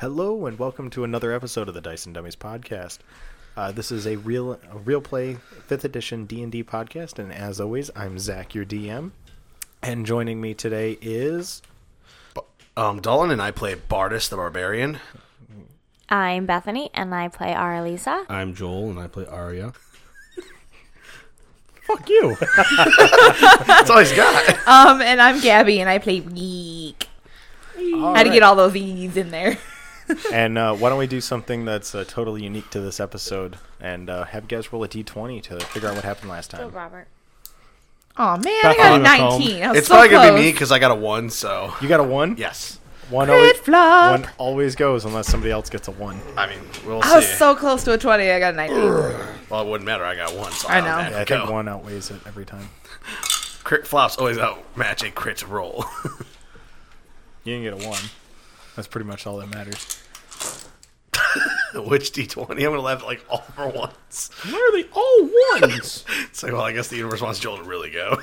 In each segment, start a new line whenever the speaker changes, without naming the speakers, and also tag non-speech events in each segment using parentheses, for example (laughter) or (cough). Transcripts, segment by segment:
Hello and welcome to another episode of the Dice and Dummies podcast. Uh, this is a real a real play fifth edition D and D podcast, and as always, I'm Zach, your DM, and joining me today is
Um, Dolan and I play Bardis the Barbarian.
I'm Bethany, and I play Aralisa.
I'm Joel and I play Arya.
fuck you.
(laughs) That's all he's
(laughs)
got.
Um, and I'm Gabby, and I play Yeek. How to get all those E's in there?
(laughs) and uh, why don't we do something that's uh, totally unique to this episode, and uh, have you guys roll a d20 to figure out what happened last time.
Robert.
Oh man, I
Bethany
got a
would
call him.
19. I was
It's
so
probably gonna be me
close.
because I got a one. So
You got a one.
yes,
One
Crit
always
flop.
one always goes unless somebody else gets a one.
I mean we'll
I was
see.
so close to a 20. I got a 19.
well, it wouldn't matter. I got one. So
I
I'll
know.
have
Yeah, I
to
think
go.
one outweighs it every time.
Crit flops always outmatch a crit roll. (laughs)
You didn't get a one. That's pretty much all that matters.
Which D twenty? I'm gonna laugh like all for once.
Why are they all ones?
(laughs) It's like well, I guess the universe wants Joel to really go.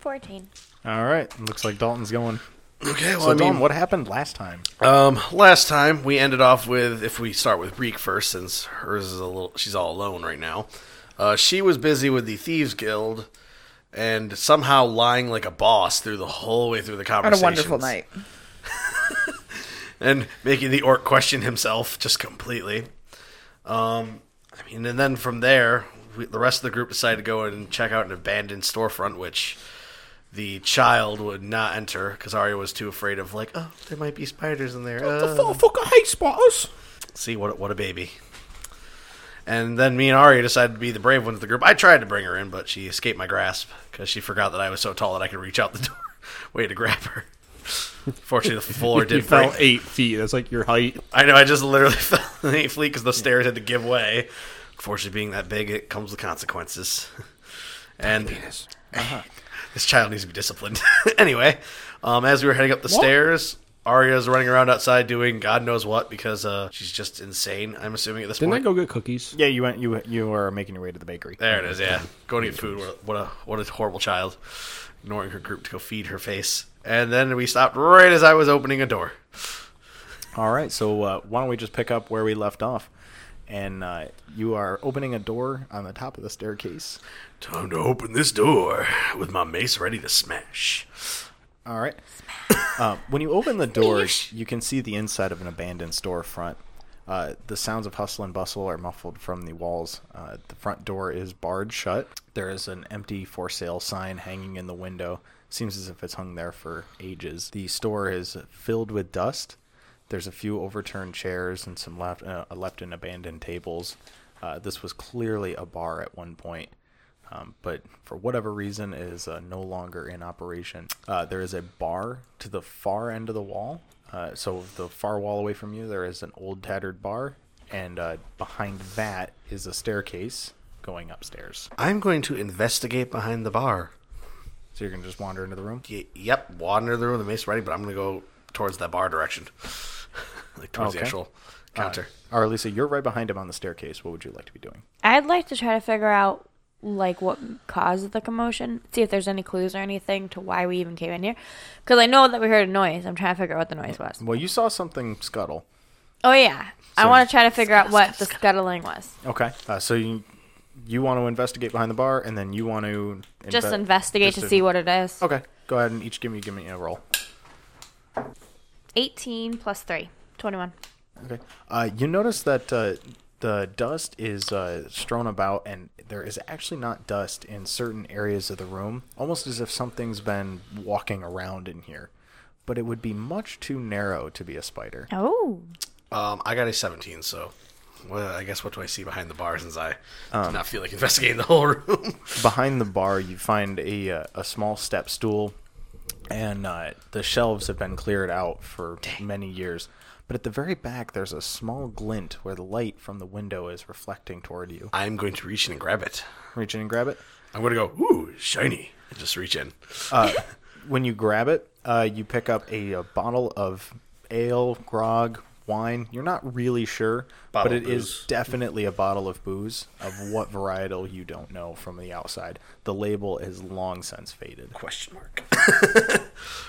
14.
All right. Looks like Dalton's going.
okay, well
So,
I mean,
Dalton, what happened last time?
um, last time we ended off with if we start with Reek first, since hers is a little, she's all alone right now. Uh, she was busy with the Thieves Guild. And somehow lying like a boss through the whole way through the
What
conversation.
a wonderful night.
and making the orc question himself just completely. Um, I mean, and then from there, we, the rest of the group decided to go and check out an abandoned storefront, which the child would not enter because Arya was too afraid of like, oh, there might be spiders in there. uh."
Oh, fuck, I hate spotters.
See what a- what a baby. And then me and Arya decided to be the brave ones of the group. I tried to bring her in, but she escaped my grasp because she forgot that I was so tall that I could reach out the (laughs) door way to grab her. Fortunately, the floor
(laughs) You
did break.
fell eight feet. That's like your height.
I know. I just literally (laughs) fell in the eighth fleet because the stairs had to give way. Unfortunately, being that big, it comes with consequences. And this child needs to be disciplined. (laughs) anyway, um, as we were heading up the stairs, Arya's running around outside doing God knows what because uh, she's just insane. I'm assuming at this
Didn't I
point.
go get cookies?
Yeah, you went. You you were making your way to the bakery.
there it is. Yeah, going to get food. What a, what a what a horrible child, ignoring her group to go feed her face. And then we stopped right as I was opening a door.
All right. So uh, why don't we just pick up where we left off? And uh, you are opening a door on the top of the staircase.
Time to open this door with my mace ready to smash.
All right. (coughs) Uh, when you open the door, you can see the inside of an abandoned storefront. Uh, the sounds of hustle and bustle are muffled from the walls. Uh, the front door is barred shut. There is an empty for sale sign hanging in the window. Seems as if it's hung there for ages. The store is filled with dust. There's a few overturned chairs and some left, uh, left and abandoned tables. Uh, this was clearly a bar at one point um, but for whatever reason is uh, no longer in operation. Uh, there is a bar to the far end of the wall. Uh, so the far wall away from you, there is an old tattered bar, and uh, behind that is a staircase going upstairs.
I'm going to investigate behind the bar.
So you're gonna just wander into the room.
Y- yep, wander the room, the mace ready, but I'm going to go towards that bar direction, (laughs) like towards the
Okay.
actual counter.
Or Lisa, you're right behind him on the staircase. What would you like to be doing?
I'd like to try to figure out like what caused the commotion. See if there's any clues or anything to why we even came in here. Because I know that we heard a noise. I'm trying to figure out what the noise was.
Well, you saw something scuttle.
Oh yeah, I
So-
want to try to figure out what the scuttling was.
Okay. Uh, so you you want to investigate behind the bar, and then you want to inve-
Just investigate
just
to
in-
see what it is.
Okay. Go ahead and each give me give me a roll.
18 plus 3, 21.
Okay. Uh, you notice that uh, the dust is uh, strewn about, and there is actually not dust in certain areas of the room, almost as if something's been walking around in here. But it would be much too narrow to be a spider.
Oh,
Um, I got a 17, so well, I guess what do I see behind the bar since I
Um.
do not feel like (laughs) investigating the whole room? (laughs)
Behind the bar, you find a, uh, a small step stool, and uh, the shelves have been cleared out for many years. But at the very back, there's a small glint where the light from the window is reflecting toward you.
I'm going to reach in and grab it.
Reach in and grab it.
I'm going to go, ooh, shiny, and just reach in.
when you grab it, uh, you pick up a, a bottle of ale, grog, wine. You're not really sure,
Bottle
but it
of
is
booze.
definitely a bottle of booze. Of what varietal you don't know from the outside. The label is long since faded.
(laughs) Question mark.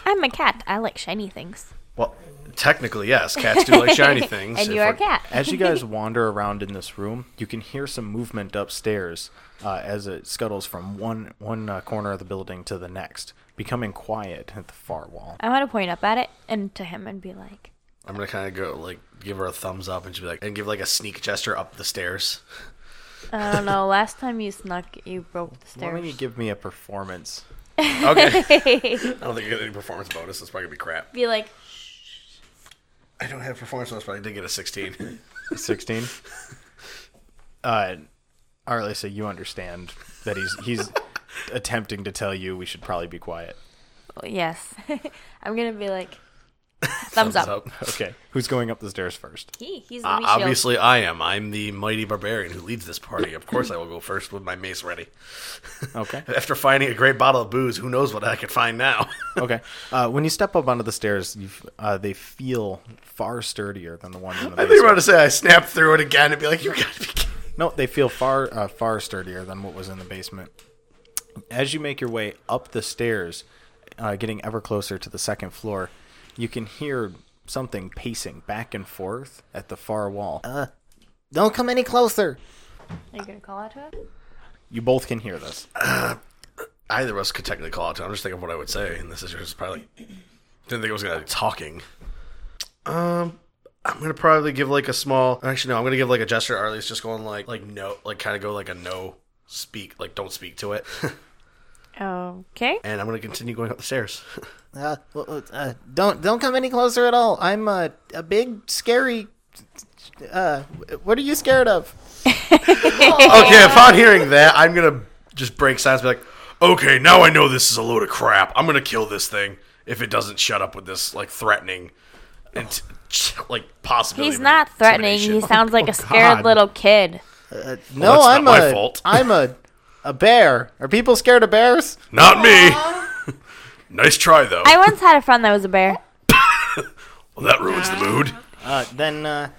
I'm a cat. I like shiny things.
Well,
technically, yes. Cats do like
(laughs)
shiny things.
and
If
you are
we're-
a cat.
As you guys wander around in this room, you can hear some movement upstairs uh, as it scuttles from one one uh, corner of the building to the next, becoming quiet at the far wall.
I want to point up at it and to him and be like,
I'm gonna kind of go like give her a thumbs up and just be like, and give like a sneak gesture up the stairs.
I
(laughs)
don't know. Last time you snuck, you broke the
Why don't you
stairs.
give me a performance?
Okay. I don't think I get any performance bonus. That's probably gonna be crap.
be like,
I don't have performance bonus, but I did get a 16.
Sixteen. uh, all right, Lisa, you understand that he's he's attempting to tell you we should probably be quiet.
yes. (laughs) I'm gonna be like, thumbs, up.
(laughs)
Okay, who's going up the stairs first?
He, he's the
Uh,
meat shield.
obviously, I am. I'm the mighty barbarian who leads this party. Of course, I will go first with my mace ready.
Okay.
After finding a great bottle of booze, who knows what I could find now? (laughs)
Okay. Uh, when you step up onto the stairs, you f- uh, they feel far sturdier than the ones in the
I think we're
basement.
about to say I snap through it again and be like, "You gotta be kidding."
No, they feel far uh, far sturdier than what was in the basement. As you make your way up the stairs, uh, getting ever closer to the second floor, you can hear something pacing back and forth at the far wall. Uh, don't come any closer.
Are you gonna call out to him?
You both can hear this.
Either of us could technically call out to. I'm just thinking of what I would say, and this is just probably didn't think I was gonna be talking. Um, I'm gonna probably give like a small. Actually, no, I'm gonna give like a gesture. Or at least just going like like no, like kind of go like a no speak, like don't speak to it. (laughs)
Okay.
and I'm gonna continue going up the stairs.
Uh, well, uh, don't don't come any closer at all. I'm uh, a big scary. Uh, what are you scared of?
okay, upon hearing that, I'm gonna just break silence. And be like, okay, now I know this is a load of crap. I'm gonna kill this thing if it doesn't shut up with this like threatening and t- (laughs) like possibility.
He's
of
not threatening. He
intimidation.
sounds like a scared
God.
little kid.
Well,
No, (laughs)
that's
I'm
not my
a
fault.
am a a bear. Are people scared of bears?
Not me. (laughs) nice try though.
I once had a friend that was a bear.
well, that ruins the mood.
Uh, then uh,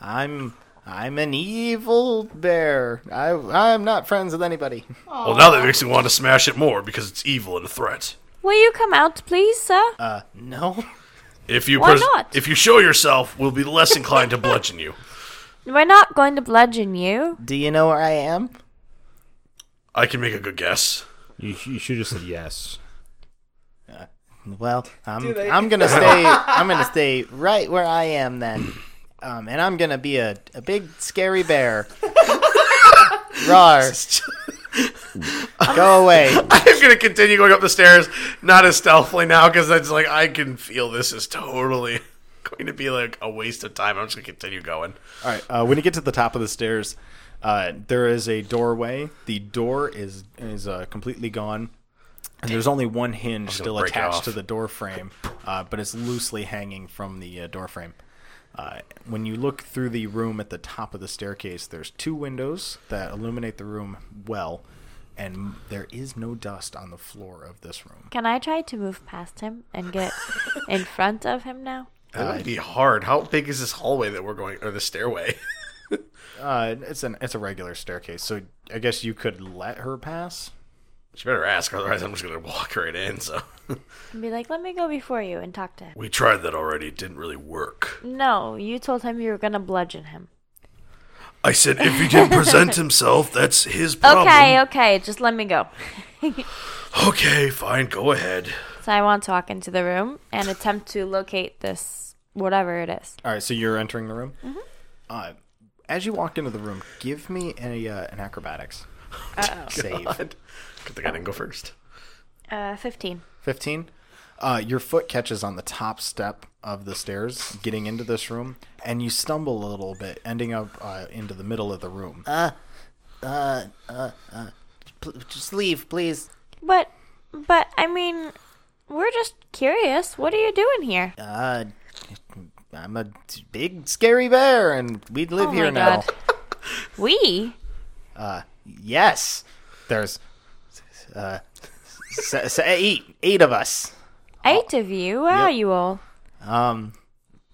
I'm I'm an evil bear. I I'm not friends with anybody.
Well, now that makes me want to smash it more because it's evil and a threat.
Will you come out, please, sir?
Uh, no.
If you
Why not?
if you show yourself, we'll be less inclined to bludgeon you.
We're not going to bludgeon you.
Do you know where I am?
I can make a good guess.
You, sh- you should have said yes.
Well, I'm I'm (laughs) gonna stay I'm gonna stay right where I am then, um, and I'm gonna be a, a big scary bear. Rar, go away.
(laughs) I'm gonna continue going up the stairs, not as stealthily now, because that's like I can feel this is totally (laughs) going to be like a waste of time. I'm just gonna continue going.
All right. Uh, when you get to the top of the stairs, uh, there is a doorway. The door is is uh, completely gone, and there's only one hinge still
break it off.
attached to the door frame, uh, but it's loosely hanging from the uh, door frame. Uh, when you look through the room at the top of the staircase, there's two windows that illuminate the room well, and there is no dust on the floor of this room.
Can I try to move past him and get in front of him now?
That would be hard. How big is this hallway that we're going, or the stairway? (laughs)
Uh, it's an it's a regular staircase, so I guess you could let her pass.
she better ask, otherwise I'm just gonna walk right in. So (laughs)
And be like, let me go before you and talk to him.
we tried that already. It didn't really work.
No, you told him you were going to bludgeon him.
I said if he didn't present himself, that's his problem.
(laughs) Okay, okay, just let me go.
Okay, fine. Go ahead.
So I want to walk into the room and attempt to locate this, whatever it is.
All right, so you're entering the room.
Mm-hmm.
Uh, as you walk into the room, give me a, uh, an acrobatics save.
(laughs)
God. Good thing I didn't go first.
Uh, 15.
Fifteen. Uh, your foot catches on the top step of the stairs, getting into this room, and you stumble a little bit, ending up uh, into the middle of the room.
Uh.
just leave, please.
But, but, I mean, we're just curious. What are you doing here?
Uh, I'm a t- big scary bear, and we live
Oh
here
my
now.
God. We?
Yes, there's uh, s- s- eight eight of us.
Eight of you? Where are you all?
Um,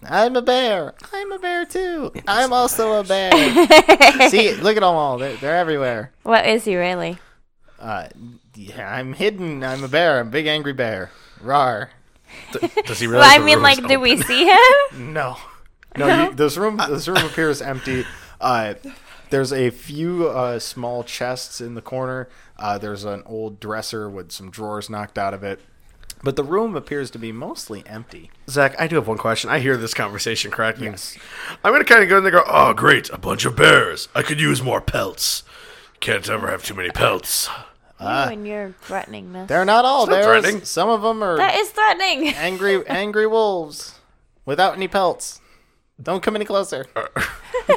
I'm a bear. I'm a bear too. I'm also a bear. See, look at them all. They're, they're everywhere.
What is he really?
Uh, yeah, I'm hidden. I'm a bear. I'm a big angry bear. Rar.
D- does he
Well,
realize?
I
the Oh.
mean,
room
like,
is
do
(laughs)
open?
we see him?
No, no. You, this room, this room appears empty. Uh, there's a few uh, small chests in the corner. Uh, there's an old dresser with some drawers knocked out of it, but the room appears to be mostly empty.
Zach, I do have one question. I hear this conversation cracking. I'm gonna kind of go in there. and Go, oh great, a bunch of bears. I could use more pelts. Can't ever have too many pelts.
you and your threateningness.
Ah. They're not all
not
bears.
threatening.
Some of them are
That is threatening.
angry, angry wolves without any pelts. Don't come any closer.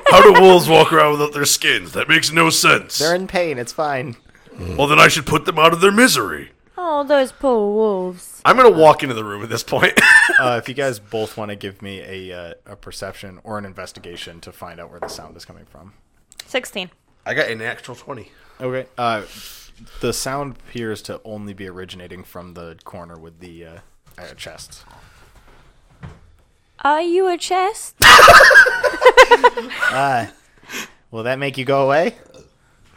How do wolves walk around without their skins? That makes no sense.
They're in pain. It's fine.
Well, then I should put them out of their misery.
Oh, those poor wolves.
I'm gonna walk into the room at this point. (laughs)
Uh, if you guys both want to give me a uh, a perception or an investigation to find out where the sound is coming from.
16.
I got a natural twenty.
Okay. Uh, the sound appears to only be originating from the corner with the uh, uh, chest.
Are you a chest?
Will that make you go away?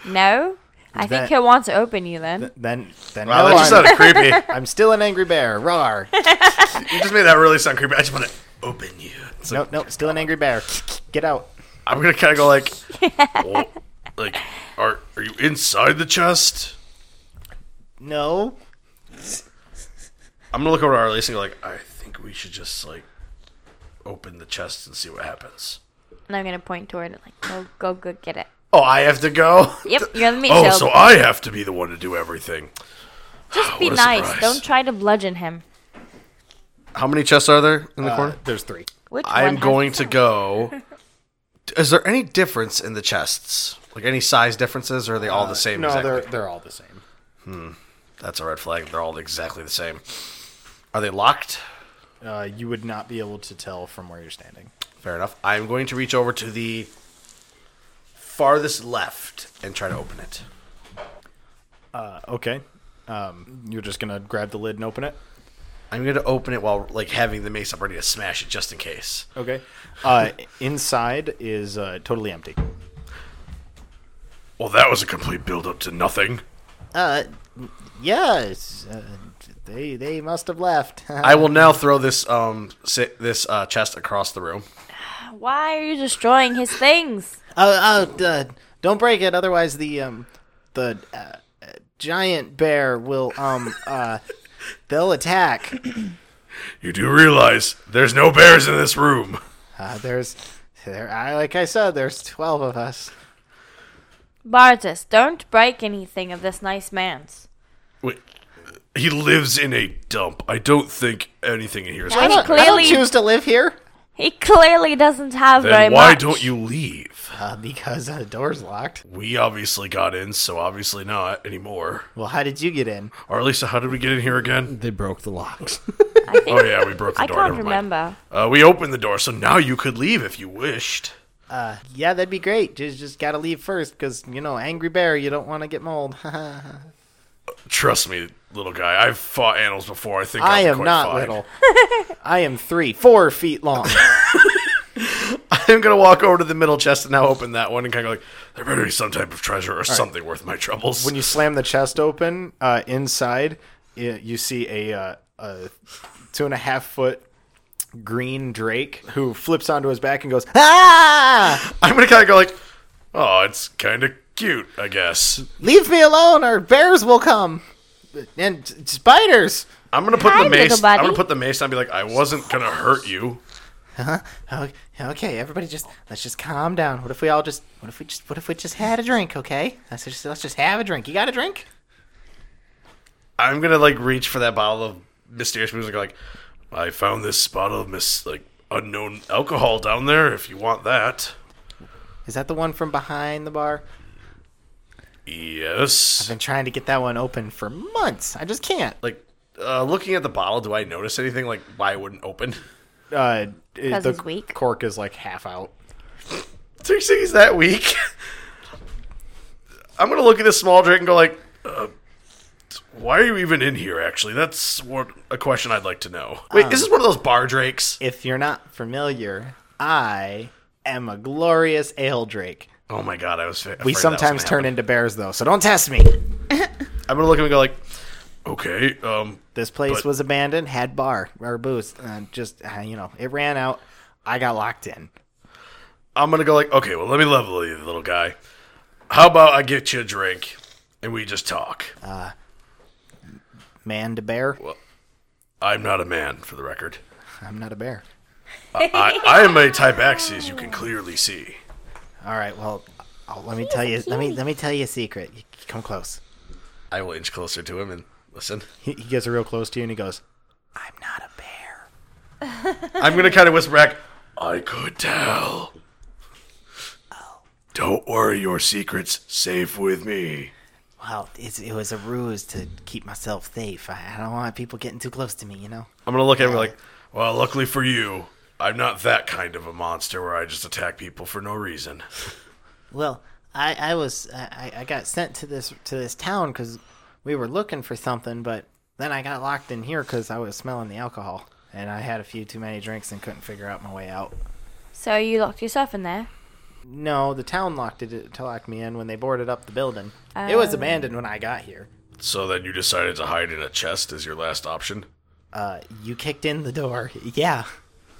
no. I
That-
think he'll want to open you then.
Then, then no,
Wow, Oh, that just
I'm,
sounded creepy.
(laughs)
I'm still an angry bear. (laughs) Roar.
You just made that really sound creepy. I just want to open you. It's like,
Nope, nope. Still an angry bear. Get out.
I'm gonna kind of go like, "Well, like, are are you inside the chest?
No.
I'm gonna look over to Arliss and go like, I think we should just like open the chest and see what happens.
and I'm going to point toward it like, go, go, go, get it.
Oh, I have to go.
Yep, you're the meat
Oh,
shield.
so I have to be the one to do everything.
Just be
what a
nice.
surprise.
Don't try to bludgeon him.
How many chests are there in the
Uh, there's three.
Which
I
one
am
has
going
the
to
sound?
go. Is there any difference in the chests? Like any size differences, or are they all the same?
Uh, No,
exactly?
they're they're all the same.
That's a red flag. They're all exactly the same. Are they locked?
Uh, you would not be able to tell from where you're standing.
Fair enough. I'm going to reach over to the farthest left and try to open it.
Uh, okay. Um, you're just gonna grab the lid and open it.
I'm going to open it while like having the mace up ready to smash it just in case.
Okay. Uh, inside is uh, totally empty.
Well, that was a complete build up to nothing.
Uh, yes. Uh, they they must have left. (laughs) Uh,
I will now throw this um si- this uh, chest across the room.
Why are you destroying his things?
Oh, oh uh, don't break it, otherwise the um, the uh, uh, giant bear will um uh, they'll attack.
You do realize there's no bears in this room.
Uh, there's there, I, like I said, there's twelve of us.
Bartus, don't break anything of this nice man's.
Wait. He lives in a dump. I don't think anything in here is.
I
I
mean,
don't, I don't
clearly-
choose to live here
He clearly doesn't have very
Then why
much.
don't you leave?
uh, because the door's locked.
We obviously got in, so obviously not anymore.
Well, how did you get in?
Or Lisa, how did we get in here again?
They broke the (laughs) locks.
I, think,
Oh yeah, we broke the
I
door.
can't
never mind.
remember.
Uh, we opened the door, so now you could leave if you wished.
Uh, yeah, that'd be great. Just just gotta leave first, because you know, angry bear, you don't want to get mauled. (laughs)
Trust me, little guy. I've fought animals before. I think
I
I'm
am
quite
not
fine.
(laughs)
little. I am three, four feet long.
(laughs) I'm gonna walk over to the middle chest and now open that one and kind of like there better be some type of treasure or something worth my troubles.
when (laughs) you slam the chest open uh, inside y- you see a, uh, a two and a half foot green drake who flips onto his back and goes
ah!
I'm gonna kind of go like, oh, it's kind of cute, I guess.
Leave me alone, or bears will come, and t- spiders.
I'm gonna put
Hi,
the mace.
little buddy.
I'm gonna put the mace. down and be like, I wasn't gonna hurt you.
Oh, Okay, everybody, just let's just calm down. What if we all just? What if we just? What if we just had a drink? Okay, let's just let's just have a drink. You got a drink?
I'm gonna like reach for that bottle of mysterious music. Like, I found this bottle of mis like unknown alcohol down there. If you want that,
Is that the one from behind the bar?
yes.
Been trying to get that one open for months. I just can't.
Like, uh, looking at the bottle, do I notice anything? Like, why it wouldn't open? (laughs)
uh, it- the
he's weak.
cork is like half out
Do you think he's that weak? (laughs) I'm gonna look at this small drink and go like, uh, why are you even in here? Actually, that's what a question I'd like to know. Wait, is this one of those bar drakes?
If you're not familiar, I am a glorious ale drake.
Oh my god, I was. fa-
we
afraid that was
sometimes
gonna
turn
happen.
into bears though so don't test me
I'm gonna look at him and go like, Okay. Um.
This place
But-
was abandoned, had bar or booze, and just uh, you know, it ran out. I got locked in.
I'm gonna go like, okay, well, let me level you, little guy. How about I get you a drink and we just talk?
Man to bear.
I'm not a man, for the record.
I'm not a bear.
I, I am a type X, as you can clearly see.
All right, well, i let me tell you. Let me let me tell you a secret. You come close.
I will inch closer to him and listen.
He, he gets real close to you and he goes, "I'm not a bear."
I'm gonna kind of whisper back. I could tell. Don't worry, your secret's safe with me.
Well, it's, it was a ruse to keep myself safe. I, I don't want people getting too close to me, you know.
I'm gonna look at him like, well, luckily for you, I'm not that kind of a monster where I just attack people for no reason.
Well, I, I was I, I got sent to this to this town because we were looking for something, but then I got locked in here because I was smelling the alcohol and I had a few too many drinks and couldn't figure out my way out.
So you locked yourself in there.
No, the town locked it to lock me in when they boarded up the building. it was abandoned when I got here.
So then you decided to hide in a chest as your last option?
Uh, you kicked in the door. (laughs) Yeah,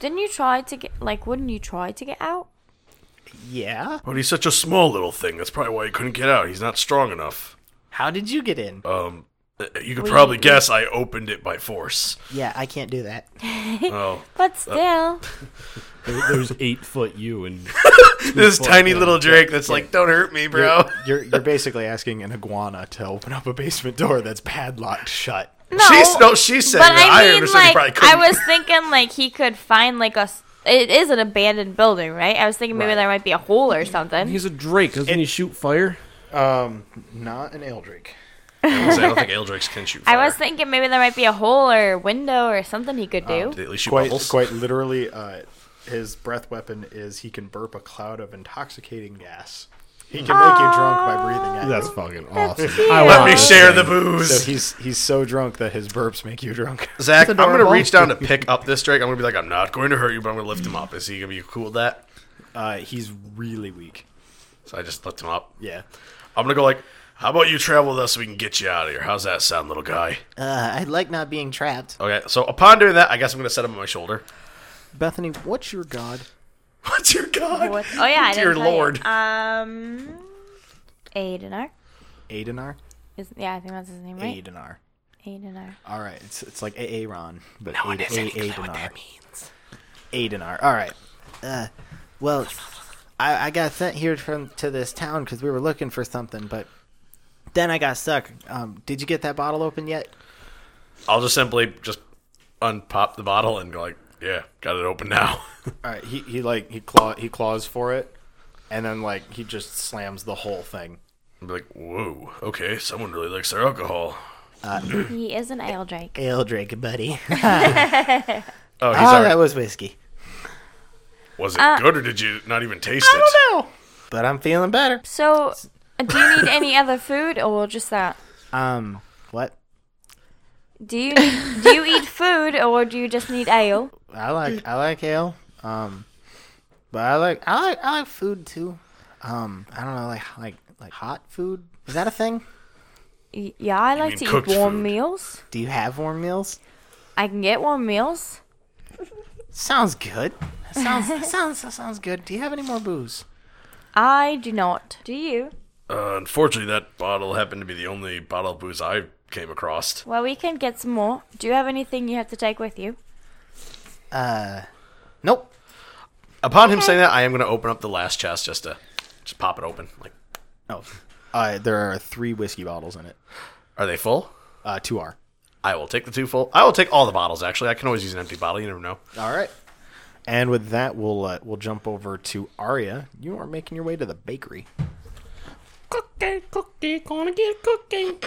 Didn't you try to get like? Wouldn't you try to get out?
yeah.
But he's such a small little thing. That's probably why he couldn't get out. He's not strong enough.
How did you get in?
Um, uh, you could probably guess I opened it by force.
Yeah, I can't do that.
Oh,
But still,
There, there's eight foot you and
this tiny little Drake that's like, "Don't hurt me, bro."
You're you're basically asking an iguana to open up a basement door that's padlocked shut.
no.
She's no, (laughs) she said
but
that.
I mean,
understand you probably
like, I
couldn't.
was thinking like he could find like a. s- It is an abandoned building, right? I was thinking maybe there might be a hole or something.
He's a Drake. Doesn't he shoot fire?
Um, not an Eldrick.
(laughs) I don't
(laughs)
think Eldrix can shoot.
I
Fire.
was thinking maybe there might be a hole or a window or something he could do.
Did they shoot
Quite
bubbles?
quite literally, uh, his breath weapon is he can burp a cloud of intoxicating gas. He can make you drunk by breathing at
That's
you.
fucking awesome.
Let me
this
share
thing.
the booze.
So he's he's so drunk that his burps make you drunk.
Zach, I'm gonna
adorable.
reach down to pick up this Drake. I'm gonna be like, I'm not going to hurt you, but I'm gonna lift him up. Is he gonna be cool with that?
(laughs) Uh, he's really weak.
So I just lift him up.
Yeah.
I'm gonna go like, how about you travel with us? so We can get you out of here. How's that sound, little guy?
Uh, I like not being trapped.
Okay. So upon doing that, I guess I'm gonna set him on my shoulder.
Bethany, what's your god?
What's your god?
What- Oh yeah, I
Dear
didn't tell you.
Lord.
Um, Aidenar.
Adenar?
Is, yeah, I think that's his name, right?
Adenar.
Aidenar.
Ah.
All right. It's, it's like Aaron, but no Aid- A- Adenar. Adenar. All right.
Uh, Well, I, I got sent here from to this town because we were looking for something, but then I got stuck. Um, did you get that bottle open yet?
I'll just simply just unpop the bottle and go like, yeah, got it open now. (laughs)
All right. He, he like, he, claw, he claws for it, and then, like, he just slams the whole thing.
I'll be like, whoa, okay, someone really likes their alcohol.
He is an ale drake.
Ale drink, buddy.
Oh, he's
oh,
already,
that was whiskey.
was it
Uh,
good or did you not even taste it?
But I'm feeling better.
So, do you need any other food or just that?
Um, what?
Do you do you eat food or do you just need ale?
I like I like ale. Um, but I like I like I like food too. Um, I don't know, like like like hot food. Is that a thing?
Y- Yeah, I like
mean
to
cooked
eat warm
food.
meals.
Do you have warm meals?
I can get warm meals.
Sounds good. Sounds sounds sounds good. Do you have any more booze?
I do not. Do you?
Uh, unfortunately, that bottle happened to be the only bottle of booze I came across.
Well, we can get some more. Do you have anything you have to take with you?
Nope.
Upon him saying that, I am going to open up the last chest just to just pop it open. Like,
Oh. Uh, there are three whiskey bottles in it.
are they full?
Uh, two are.
I will take the two full. I will take all the bottles. Actually, I can always use an empty bottle. You never
(laughs)
know. (laughs)
All right. And with that, we'll uh, we'll jump over to Arya. You are making your way to the bakery.
Cookie, cookie, gonna get cookie.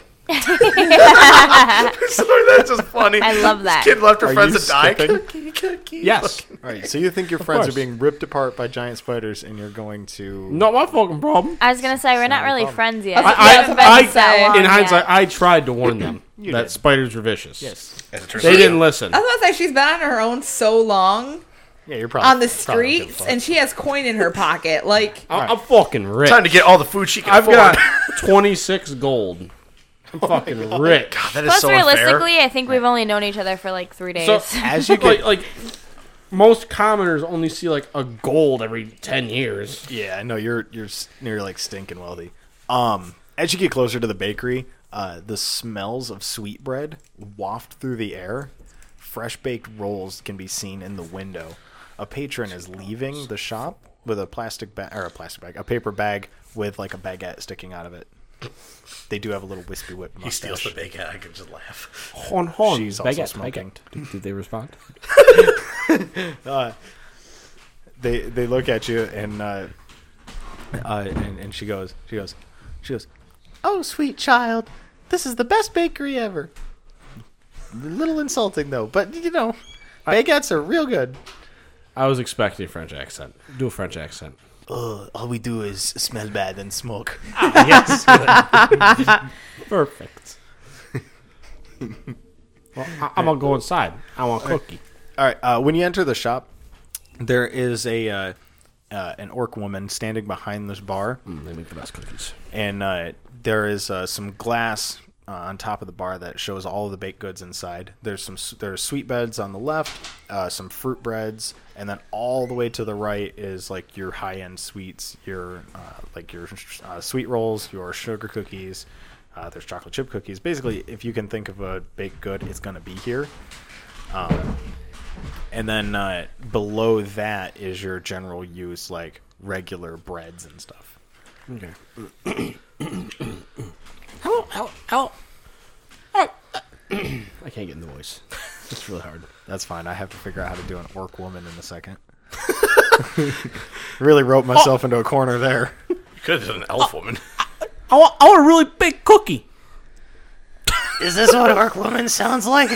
Sorry, that's just funny.
I love that.
Kid left her
Are
friends
you
to die.
skipping?
(laughs) Cookie, cookie.
Yes.
All right. So you think your friends are
course.
being ripped apart by giant spiders, and you're going to
Not my fucking problem.
I was gonna say we're not really friends yet.
I was about to say.
in
Yeah.
hindsight, I tried to warn them that spiders are vicious. Yes. They didn't listen.
I was about to say she's been on her own so long
yeah, you're probably
on the
probably don't give a
streets,
fuck.
and she has coin in her pocket. Like
(laughs)
I'm, I'm fucking rich. (laughs)
Time to get all the food she can
I've
afford.
got 26 gold. I'm fucking rich.
That is
Plus,
so
realistically,
unfair.
I think we've only known each other for like three days. (laughs)
So (laughs)
As you
like,
get,
like most commoners only see like a gold every ten years.
yeah, I know you're you're s- you're like stinking wealthy. Um, as you get closer to the bakery, uh, the smells of sweetbread waft through the air. Fresh baked rolls can be seen in the window. A patron is leaving the shop with a plastic bag or a plastic bag, a paper bag with like a baguette sticking out of it. They do have a little wispy whip.
He steals
mustache.
the big hat. I can just laugh.
Horn, horn.
She's also smoking.
Did, did they respond?
they they look at you and uh, uh and, and she goes she goes she goes oh sweet child this is the best bakery ever a little insulting though but you know baguettes are real good
I was expecting a French accent. Do a French accent.
Ugh, all we do is smell bad and smoke
yes. Perfect. (laughs) well, I, I'm gonna go inside. I want a cookie.
all right uh, when you enter the shop there is a uh, uh, an orc woman standing behind this bar
Mm, They make the best cookies.
and uh, there is uh, some glass uh, on top of the bar that shows all of the baked goods inside. There's some there are sweet breads on the left, uh, some fruit breads, and then all the way to the right is like your high end sweets, your uh, like your uh, sweet rolls, your sugar cookies. Uh, there's chocolate chip cookies. Basically, if you can think of a baked good, it's gonna be here. Um, and then uh, below that is your general use, like regular breads and stuff.
Hello, hello, hello. Oh. I can't get in the voice. It's really hard.
That's fine. I have to figure out how to do an orc woman in a
(laughs)
second. really wrote
Oh.
myself into a corner there.
You could have done an elf woman.
I want, I want a really big cookie.
Is this what Orc Woman sounds (laughs) like?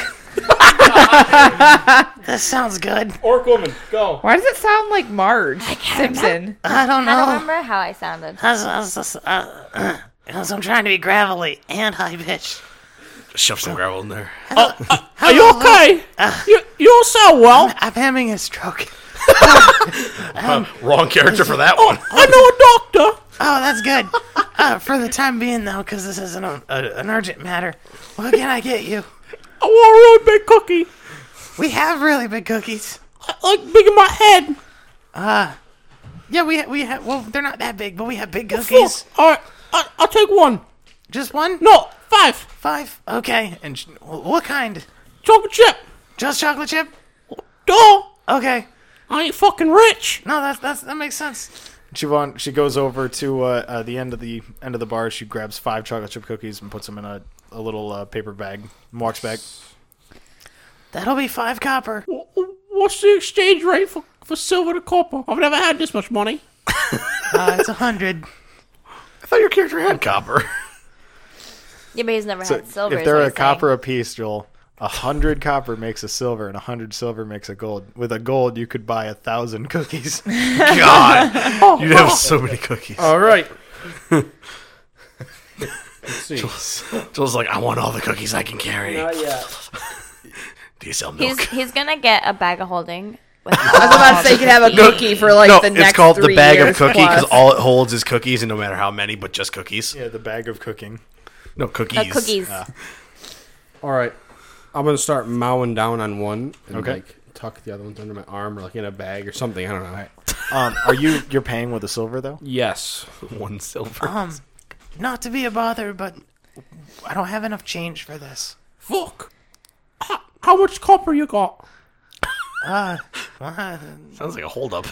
this sounds good.
Orc woman, go.
Why does it sound like Marge Simpson?
I don't
I don't
know.
remember how I sounded.
I was, I was- uh, (clears throat) uh, I'm trying to be gravelly and high pitched.
Shove some gravel in there.
Are you okay? you you don't sound well.
I'm having a stroke.
Uh, Wrong character for that one.
I know a doctor.
Oh, that's good. Uh, for the time being, though, because this isn't a, a, an urgent matter, what can I get you?
I want a really big cookie,
We have really big cookies. Uh,
like big in my head.
Yeah, we ha- we have. Well, they're not that big, but we have big
Four.
cookies.
All right, I, I'll take one.
Just one?
No, five.
Five? Okay. And sh- what kind?
Chocolate chip.
Just chocolate chip?
Duh.
Okay.
I ain't fucking rich.
No, that's that's that makes sense.
She want, she goes over to uh, uh, the end of the end of the bar. She grabs five chocolate chip cookies and puts them in a, a little uh, paper bag and walks back.
That'll be five copper.
Wh- wh- What's the exchange rate for, for silver to copper? I've never had this much money.
Uh, it's a hundred.
I thought your character had copper.
Yeah, but he's never had
So
silver.
if
is
they're
what
a
he's saying.
copper apiece, Joel, a hundred copper makes a silver, and a hundred silver makes a gold. With a gold, you could buy a thousand
(laughs)
cookies.
God, (laughs) you have so many cookies.
All right. Let's see.
Joel's like, I want all the cookies I can carry. Do you sell milk?
he's he's gonna get a bag of holding. (laughs) With
I was about to say you could have a cookie for
(laughs)
like
no,
the next
it's called the
three
bag of
years
cookie because
plus.
all it holds is cookies, and no matter how many, but just cookies.
yeah, the bag of cooking.
No cookies.
Uh, cookies.
All right. I'm gonna start mowing down on one and
Okay.
like tuck the other ones under my arm or like in a bag or something. I don't know.
Um, are you you're paying with a silver though?
Yes.
(laughs) One silver.
Um, not to be a bother, but I don't have enough change for this.
Fuck. How, how much copper you got?
Uh,
Sounds like a holdup.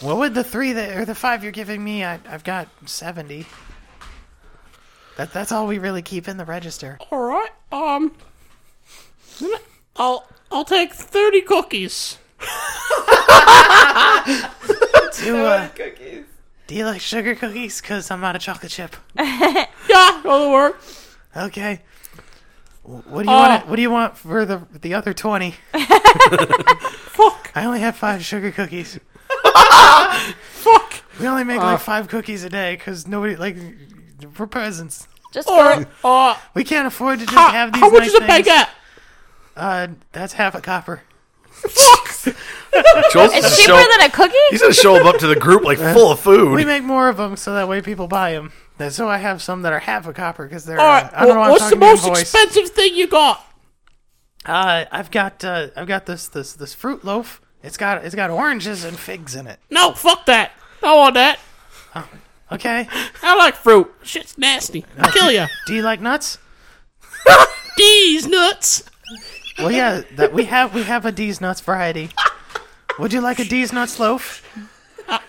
what would the three that or the five you're giving me? I, I've got seventy. That that's all we really keep in the register.
Oh,
All right. Um. I'll I'll take thirty cookies.
Do uh, do you like sugar cookies? Cause I'm out of chocolate chip.
Yeah, that'll work.
Okay. Wh- What do you
Uh.
want? What do you want for the the other twenty?
Fuck.
I only have five sugar cookies.
(laughs) Fuck. Uh.
We only make like five cookies a day because nobody like for presents.
Just
All
for
right. Uh.
We can't afford to just
How,
have these.
how much
nice
is a
things.
baguette?
Uh, that's half a copper.
Joel's
it's
gonna
cheaper
(laughs) show,
than a cookie.
he's gonna show 'em up to the group like full of
We
food.
make more of them so that way people buy them. Then- So I have some that are half a copper because they're.
All right.
uh, I don't know.
wha-
why I'm
what's the
talking to your
most
voice.
expensive thing you got?
Uh, I've got uh, I've got this this this fruit loaf. It's got it's got oranges and figs in it.
No, fuck that. I want that.
Okay.
I like fruit. Shit's nasty. I'll kill ya.
Do you like nuts?
These nuts.
Well, yeah. That we have we have a D's nuts variety. Would you like a D's nuts loaf?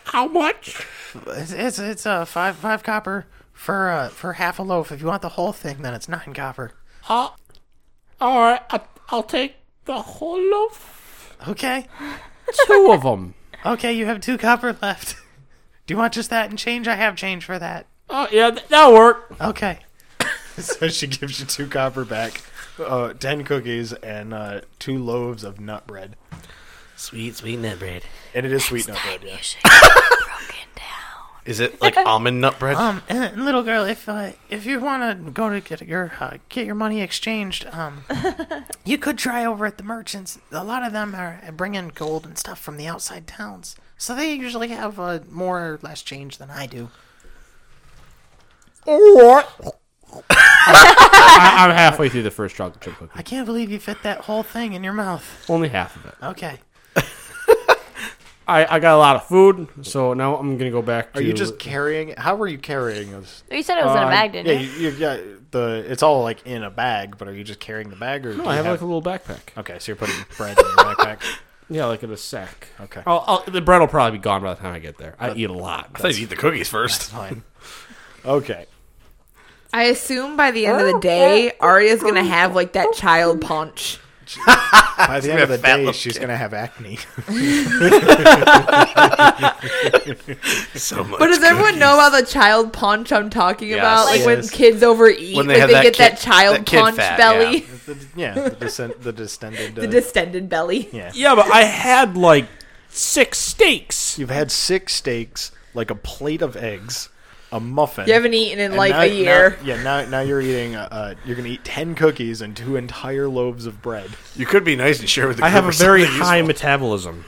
How much?
It's it's, it's uh, five five copper for uh, for half a loaf. If you want the whole thing, then it's nine copper.
Uh, all right. I, I'll take the whole loaf.
Okay.
Two of them.
Okay. You have two copper left. Do you want just that and change? I have change for that.
Oh yeah, th- that'll work.
Okay.
(laughs) so she gives you two copper back, uh, ten cookies, and uh, two loaves of nut bread.
Sweet, sweet nut bread.
And it is sweet nut bread. Yeah.
Is it like almond nut bread?
Um, (laughs) and little girl, if uh, if you want to go to get your uh, get your money exchanged, (laughs) um, you could try over at the merchants. A lot of them are bringing gold and stuff from the outside towns, so they usually have uh, more or less change than I do.
All right. I, (laughs) I'm halfway through the first chocolate chip
I
cookie.
can't believe you fit that whole thing in your mouth.
Only half of it.
Okay.
I, I got a lot of food, so now I'm gonna go back. to...
Are you just carrying? How are you carrying this?
You said it was in a
Uh,
bag, didn't
Yeah,
you?
you, you got the. It's all like in a bag, but are you just carrying the bag or? do
No, I
you
have like a little backpack.
okay, so you're putting bread in your backpack.
Yeah, like in a sack.
Okay.
I'll, I'll, the bread will probably be gone by the time I get there. I eat a lot.
I thought you eat the cookies first.
Fine. Okay.
I assume by the end of the day, Arya's gonna have like that child punch.
By the end of
be a
the
fat
day,
little
she's gonna have acne.
So much.
But does everyone know about the child punch I'm talking
Yes.
about? Like when
Yes.
kids overeat,
When
when
they
they,
have that
get that
kid-
child
that kid
punch
fat,
belly,
yeah.
The- yeah, the, descend, the distended. Uh,
the distended belly.
yeah.
Yeah, but I had like six steaks.
You've had six steaks, like a plate of eggs, a muffin.
You haven't eaten in
and
like
now-
a year.
now- yeah, now now you're eating. Uh, uh, you're gonna eat ten cookies and two entire loaves of bread.
You could be nice and share with the
I
group
have
or
a very
something
high
useful.
metabolism.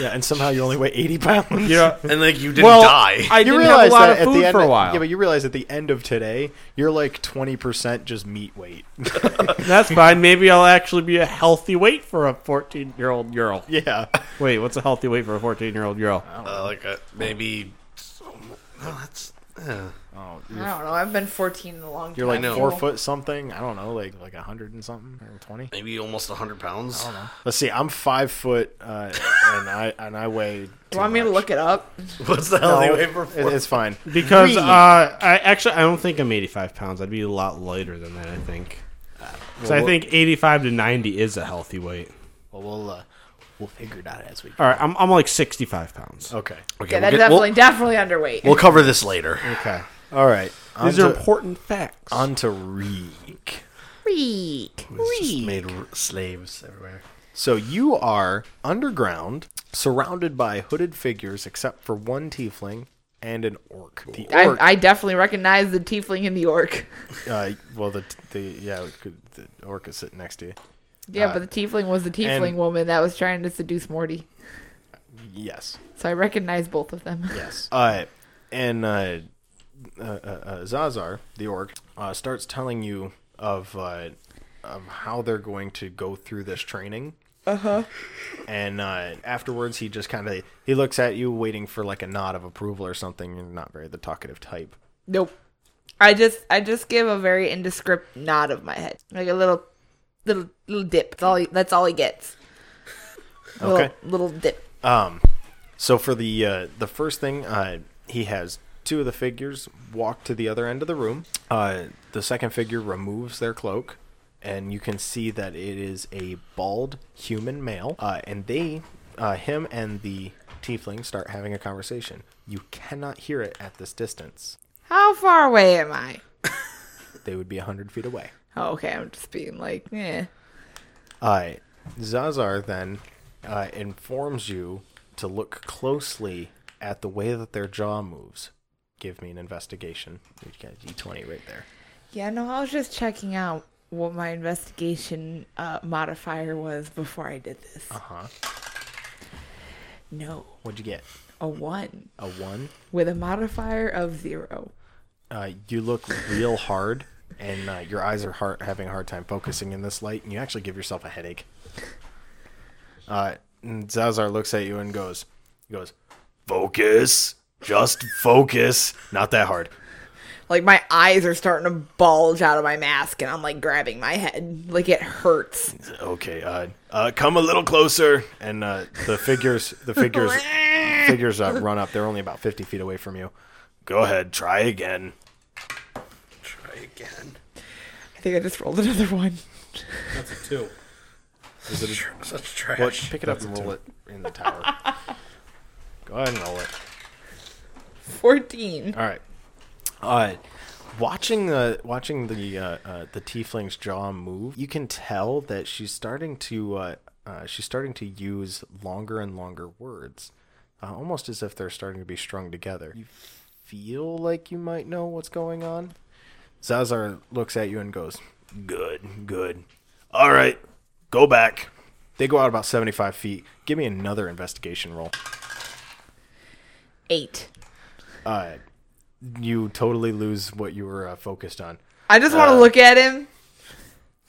Yeah, and somehow you only weigh eighty (laughs) pounds.
Yeah.
and like you didn't
Well,
die.
I
I,
You
didn't
realize
have a lot
that
of
at
food
the end
for a
of-
while.
Yeah, but you realize at the end of today, you're like twenty percent just meat weight. (laughs)
That's fine. Maybe I'll actually be a healthy weight for a 14 year old girl.
yeah,
Wait, what's a healthy weight for a 14 year old girl?
uh, like a, maybe. No, that's. Uh,
I don't know. I've been 14 in a long time.
you're
I
like
know.
four foot something. I don't know, like like hundred and something or twenty.
maybe almost hundred pounds.
Let's see. I'm five foot, uh, and I and I weigh.
Do you want me to look it up?
(laughs) What's the
No,
(laughs)
healthy way for?
it- it's fine.
Because uh, I actually I don't think I'm 85 pounds. I'd be a lot lighter than that. I think. So I think 85 to 90 is a healthy weight.
Well, we'll uh, we'll figure it out as we. go.
All right, I'm I'm like 65 pounds.
Okay.
Okay, we'll,
Yeah, that's
get-
definitely
we'll,
definitely underweight.
we'll cover this later.
Okay.
All right. On
These are
to,
important facts.
on to Reek.
It's just made r- slaves everywhere.
So you are underground, surrounded by hooded figures, except for one tiefling and an orc. The orc,
I, I definitely recognize the tiefling and the orc.
uh, well, the the yeah, it could- the orc is sitting next to you.
Yeah, but the tiefling was the tiefling
and-
woman that was trying to seduce Morty.
Yes.
So I recognize both of them.
Yes. Uh, and uh, uh, uh, uh, Zazar, the orc, uh, starts telling you of, uh, of how they're going to go through this training. Uh huh. And uh, afterwards, he just kind of he looks at you, waiting for like a nod of approval or something. You're not very the talkative type.
Nope. I just I just give a very indescript nod of my head, like a little little little dip. That's all he, that's all he gets.
Okay.
Little, little dip.
Um, So for the uh, the first thing, uh, he has two of the figures walk to the other end of the room. Uh, the second figure removes their cloak, and you can see that it is a bald human male. Uh, and they, uh, him and the tiefling, start having a conversation. You cannot hear it at this distance.
How far away am I?
They would be hundred feet away.
Oh, okay, I'm just being like, eh.
Uh, Zazar then uh, informs you to look closely at the way that their jaw moves. Give me an investigation. You got a d20 right there.
Yeah, no, I was just checking out what my investigation uh, modifier was before I did this.
Uh huh.
No,
What'd you get?
a one
A one.
with a modifier of zero.
uh, you look real hard, and uh, your eyes are hard, having a hard time focusing in this light, and you actually give yourself a headache. Uh, and Zazar looks at you and goes, "He goes, focus, just focus, not that hard."
Like my eyes are starting to bulge out of my mask, and I'm like grabbing my head. Like it hurts.
Okay, uh, uh, come a little closer, and uh, the figures, the (laughs) figures, figures uh, run up. They're only about fifty feet away from you. Go ahead, try again.
Try again.
I think I just rolled another (laughs) one.
That's a two.
Tr- Such trash.
Well, pick it up and roll it in the tower. Go ahead and roll it.
Fourteen.
All right. Uh, watching the watching the uh, uh, the tiefling's jaw move, you can tell that she's starting to uh, uh, she's starting to use longer and longer words, uh, almost as if they're starting to be strung together. You feel like you might know what's going on. Zazar looks at you and goes, "Good, good. All right, go back." They go out about seventy-five feet. Give me another investigation roll.
Eight.
Uh, you totally lose what you were uh, focused on.
I just
Uh.
want to look at him.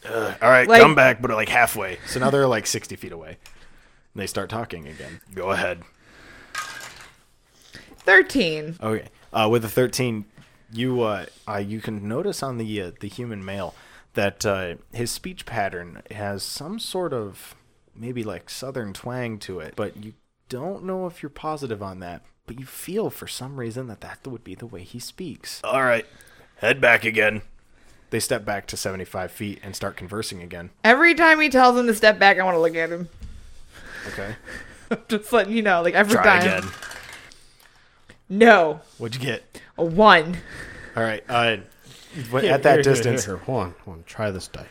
All right,
Like-
come back, but like halfway. So now they're like 60 feet away. And they start talking again. Go ahead.
Thirteen.
Okay. Uh, with the 13, you uh, uh, you can notice on the uh, the human male that uh, his speech pattern has some sort of maybe like southern twang to it, but you don't know if you're positive on that. But you feel for some reason that that would be the way he speaks. All right, head back again. They step back to 75 feet and start conversing again.
Every time he tells him to step back, I want to look at him. (laughs)
Okay.
just letting you know, like every
Try
time.
again.
No,
What'd you get?
a one.
All right. Uh, when-
Here,
at that
here, here,
distance,
here, here. Hold on, hold on. Try this die.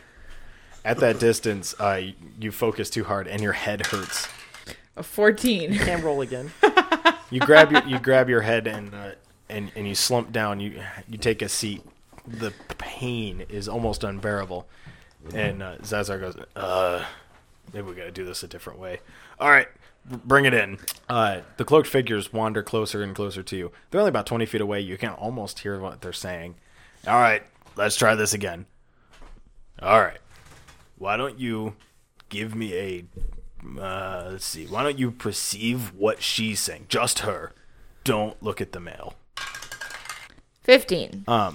at that distance, uh, you focus too hard and your head hurts.
A 14.
Can't roll again. you grab your you grab your head and uh, and and you slump down. You you take a seat. The pain is almost unbearable. And uh, Zazar goes, uh, maybe we got to do this a different way. All right, b- bring it in. Uh, the cloaked figures wander closer and closer to you. They're only about twenty feet away. You can almost hear what they're saying. All right, let's try this again. All right. Why don't you give me a. Uh, let's see. Why don't you perceive what she's saying? Just her. Don't look at the male.
15.
Uh.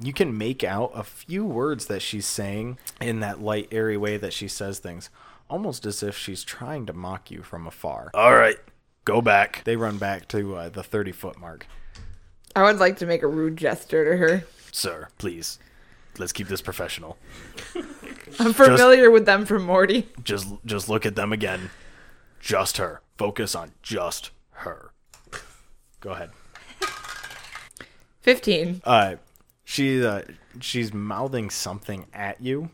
You can make out a few words that she's saying in that light, airy way that she says things, almost as if she's trying to mock you from afar.
All right, go back.
They run back to uh, the 30 foot mark.
I would like to make a rude gesture to her.
Sir, please. Let's keep this professional.
I'm familiar with them from Morty.
Just just look at them again. Just her. Focus on just her. Go ahead.
15.
uh she uh she's mouthing something at you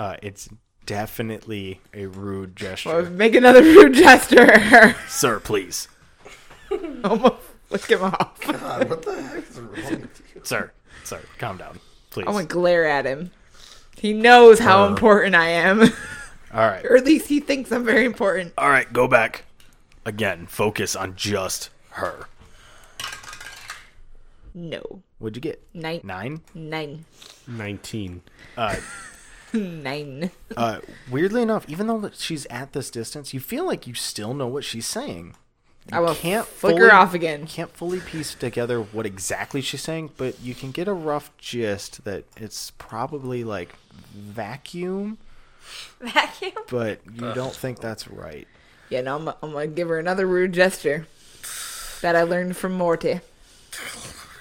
uh it's definitely a rude
Well,
gesture
make another (laughs) rude gesture. (laughs)
sir please
Almost flick him off.
God, what the heck is wrong with you?
sir sir calm down please
I want to glare at him. He knows
Uh.
how important I am. (laughs)
all right
or at least he thinks I'm very important.
all right go back again focus on just her
No.
what'd you get
Nine.
nine
Nine.
Nineteen.
Nine.
uh weirdly enough even though that she's at this distance you feel like you still know what she's saying
I will
can't
flick
fully-
her off again.
can't fully piece together what exactly she's saying, but you can get a rough gist that it's probably like vacuum,
Vacuum.
but you don't think that's right.
Yeah, no, I'm, I'm going to give her another rude gesture that I learned from Morty.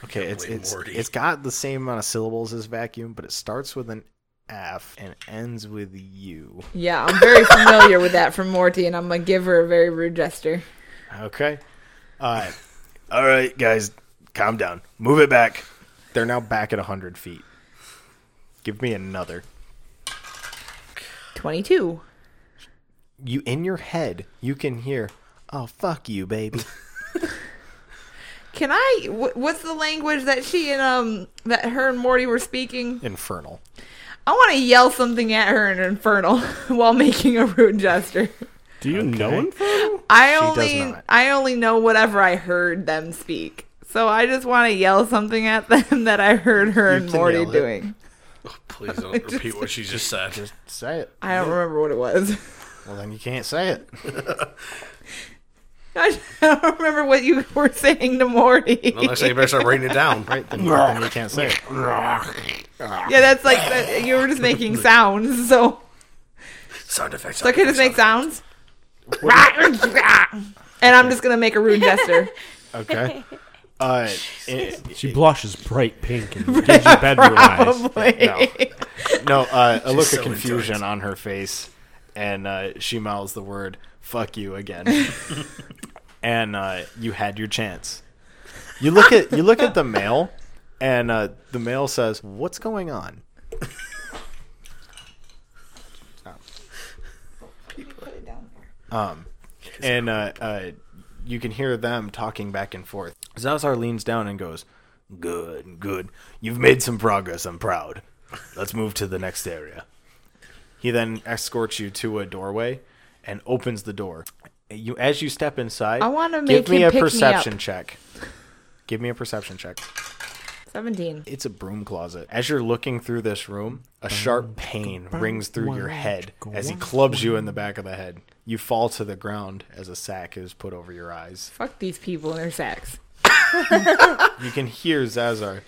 Okay, it's
wait,
it's
Morty.
it's got the same amount of syllables as vacuum, but it starts with an F and ends with U.
Yeah,
(laughs)
I'm very familiar with that from Morty, and I'm gonna give her a very rude gesture.
Okay. Uh,
(laughs) All right, guys, calm down. Move it back.
they're now back at 100 feet. Give me another.
Twenty-two.
You in your head, you can hear, "Oh fuck you,
(laughs)
baby."
Can I? wh- What's the language that she and um that her and Morty were speaking?
Infernal.
I want to yell something at her in Infernal (laughs) while making a rude gesture.
Do you know him?
I
does
only
not.
I only know whatever I heard them speak. So I just want to yell something at them (laughs) that I heard her and
can
Morty
yell it.
doing.
Please
(laughs)
don't repeat what she just said.
Just say it.
I don't remember what it was. (laughs)
Well, then you can't say
(laughs)
it.
I don't remember what you (laughs) were saying to (laughs) Morty.
Unless you better start writing it down.
Right? Then, then you can't say it.
Yeah, that's like (laughs) that, you were just making sounds. So,
Sound effects.
so I could just make sounds. (laughs) and I'm just gonna make a rude gesture.
(laughs)
Okay. Uh, it-
She blushes bright pink and gives you (laughs) bedroom eyes.
Probably.
no, no uh, a look
so
of confusion
intelligent.
on her face, and uh, she mouths the word "fuck you" again. and uh, you had your chance. You look at you look at the mail, and uh, the mail says, "What's going on?" Um, and uh, uh, you can hear them talking back and forth. Zazar leans down and goes, "Good, good. You've made some progress. I'm proud. Let's move to the next area." He then escorts you to a doorway and opens the door. You, as you step inside,
I wanna
give
make him
me a
pick me
perception
up.
check. Give me a perception check.
(laughs) Seventeen.
It's a broom closet. As you're looking through this room, a sharp pain rings through your head as he clubs you in the back of the head. You fall to the ground as a sack is put over your eyes.
Fuck these people and their sex.
You can hear Zazar.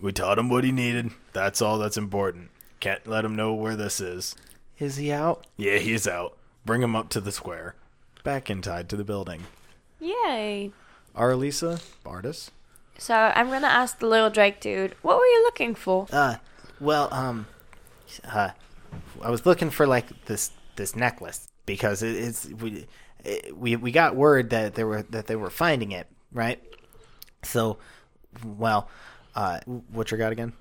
We taught him what he needed. That's all that's important. Can't let him know where this is.
Is he out?
Yeah, he's out. Bring him up to the square. Back and tied to the building.
Yay.
Arlisa, Bardis.
So I'm gonna ask the little Drake dude, what were you looking for?
Uh, well, um, uh, I was looking for like this this necklace because it, it's we it, we we got word that they were that they were finding it, right? So, well, uh,
What your got again?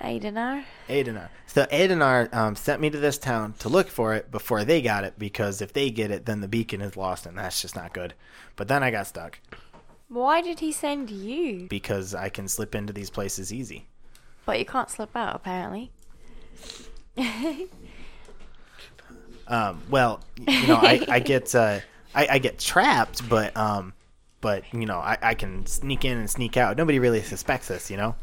Aidenar?
Adenar. So Adenar um, sent me to this town to look for it before they got it because if they get it, then the beacon is lost, and that's just not good. But then I got stuck
Why did he send you?
because I can slip into these places easy.
But you can't slip out apparently.
Um, well, you know, I, I get uh, I, I get trapped, but um, but you know, I, I can sneak in and sneak out. Nobody really suspects us, you know.